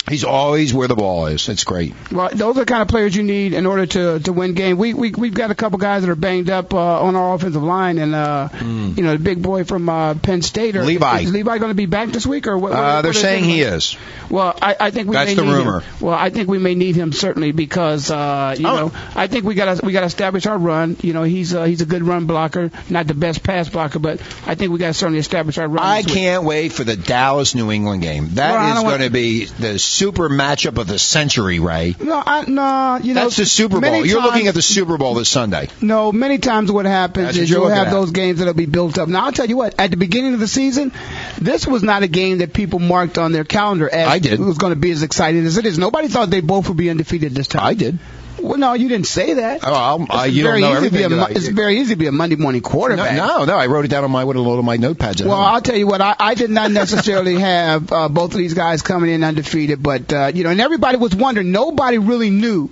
S4: He's always where the ball is. It's great.
S3: Well, those are the kind of players you need in order to to win game. We we we've got a couple guys that are banged up uh, on our offensive line, and uh, you know the big boy from uh, Penn State, or,
S4: Hmm. Levi.
S3: Is Levi going to be back this week, or what? what-
S4: Uh,
S3: what
S4: they're
S3: are they
S4: saying
S3: thinking
S4: he
S3: about?
S4: is.
S3: Well, I, I think we
S4: That's
S3: may
S4: the
S3: need
S4: rumor. Oh.
S3: Him. Well, I think we may need him certainly because uh, you know I think we got to we got to establish our run. You know, he's uh, he's a good run blocker, not the best pass blocker, but I think we got to certainly establish our run.
S4: I
S3: this week.
S4: can't wait for the Dallas New England
S3: Well, I
S4: game. That is
S3: don't want-
S4: going to be the super matchup of the century, Ray.
S3: No, I, no, you know
S4: That's the Super
S3: many
S4: Bowl. You're
S3: times-
S4: looking at the Super Bowl this Sunday.
S3: No, many times what happens
S4: That's what
S3: is
S4: you're
S3: you'll
S4: looking
S3: have
S4: at.
S3: those games that'll be built up. Now I'll tell you what, at the beginning of the season, this was not a game that people marked on their calendar as
S4: I did.
S3: it was going to be as exciting as it is. Nobody thought they both would be undefeated this time. I
S4: did.
S3: Well, no, you didn't say that.
S4: Oh, I'll- I-
S3: It's
S4: you don't
S3: very
S4: know
S3: easy to be
S4: everything.
S3: a
S4: that
S3: mo-
S4: I-
S3: it's very easy to be a Monday morning quarterback.
S4: No, no, no, I wrote it down on my with a load of my notepads. At
S3: Well,
S4: home.
S3: I'll tell you what, I, I did not necessarily *laughs* have uh, both of these guys coming in undefeated, but, uh, you know, and everybody was wondering, nobody really knew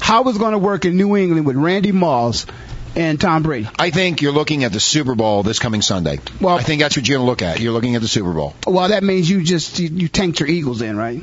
S3: how it was going to work in New England with Randy Moss and Tom Brady.
S4: I think you're looking at the Super Bowl this coming Sunday. Well, I think that's what you're going to look at. You're looking at the Super Bowl.
S3: Well, that means you just, you, you tanked your Eagles in, right?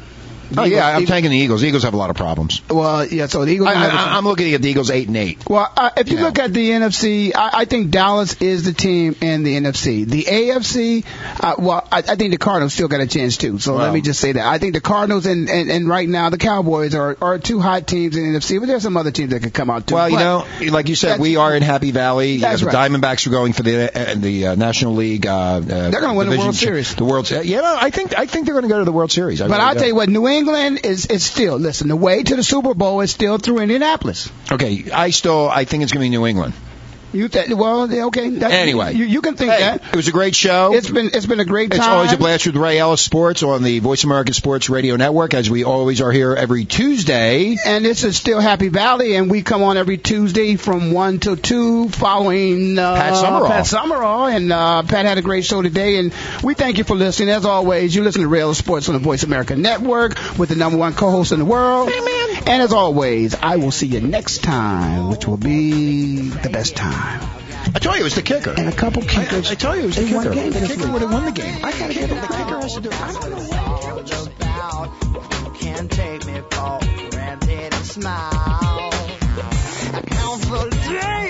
S4: Oh yeah, I'm
S3: Eagles-
S4: tanking the Eagles. The Eagles have a lot of problems.
S3: Well, yeah, so the Eagles.
S4: I,
S3: have a-
S4: I, I'm looking at the Eagles eight and eight.
S3: Well, uh, if you look at the NFC, I, I think Dallas is the team in the NFC. The AFC, uh, well, I, I think the Cardinals still got a chance too. So let
S4: Wow.
S3: me just say that I think the Cardinals and, and, and right now the Cowboys are, are two hot teams in the NFC, but there's some other teams that could come out too.
S4: Well, you
S3: But-
S4: know, like you said,
S3: That's-
S4: we are in Happy Valley. You
S3: That's
S4: know, the
S3: right.
S4: Diamondbacks are going for the uh, the uh, National League. Uh, uh, they're
S3: gonna win the World Series.
S4: The World Series. Yeah, no, I think I think they're going to go to the World Series. I
S3: But
S4: really
S3: I'll
S4: do.
S3: tell you what, New England is is still listen. The way to the Super Bowl is still through Indianapolis.
S4: Okay, I still I think it's going to be New England.
S3: You th- well, yeah, okay. That,
S4: Anyway.
S3: you, you can think that
S4: It was a great show.
S3: it's been it's been a great time.
S4: It's always a blast with Ray Ellis Sports on the Voice America Sports Radio Network, as we always are here every Tuesday.
S3: And this is still Happy Valley, and we come on every Tuesday from 1 till 2 following uh,
S4: Pat Summerall.
S3: Pat Summerall. And uh, Pat had a great show today, and we thank you for listening. As always, you listen to Rail Sports on the Voice America Network with the number one co host in the world. And as always, I will see you next time, which will be the best time.
S4: I told you it was the kicker.
S3: And a couple kickers.
S4: I told you it was the
S3: in one
S4: kicker.
S3: game
S4: The
S3: this
S4: kicker
S3: week.
S4: would have won the game. I gotta give him the kicker.
S9: has to do I don't know what it's about. You can take me for granted and smile. I count for days.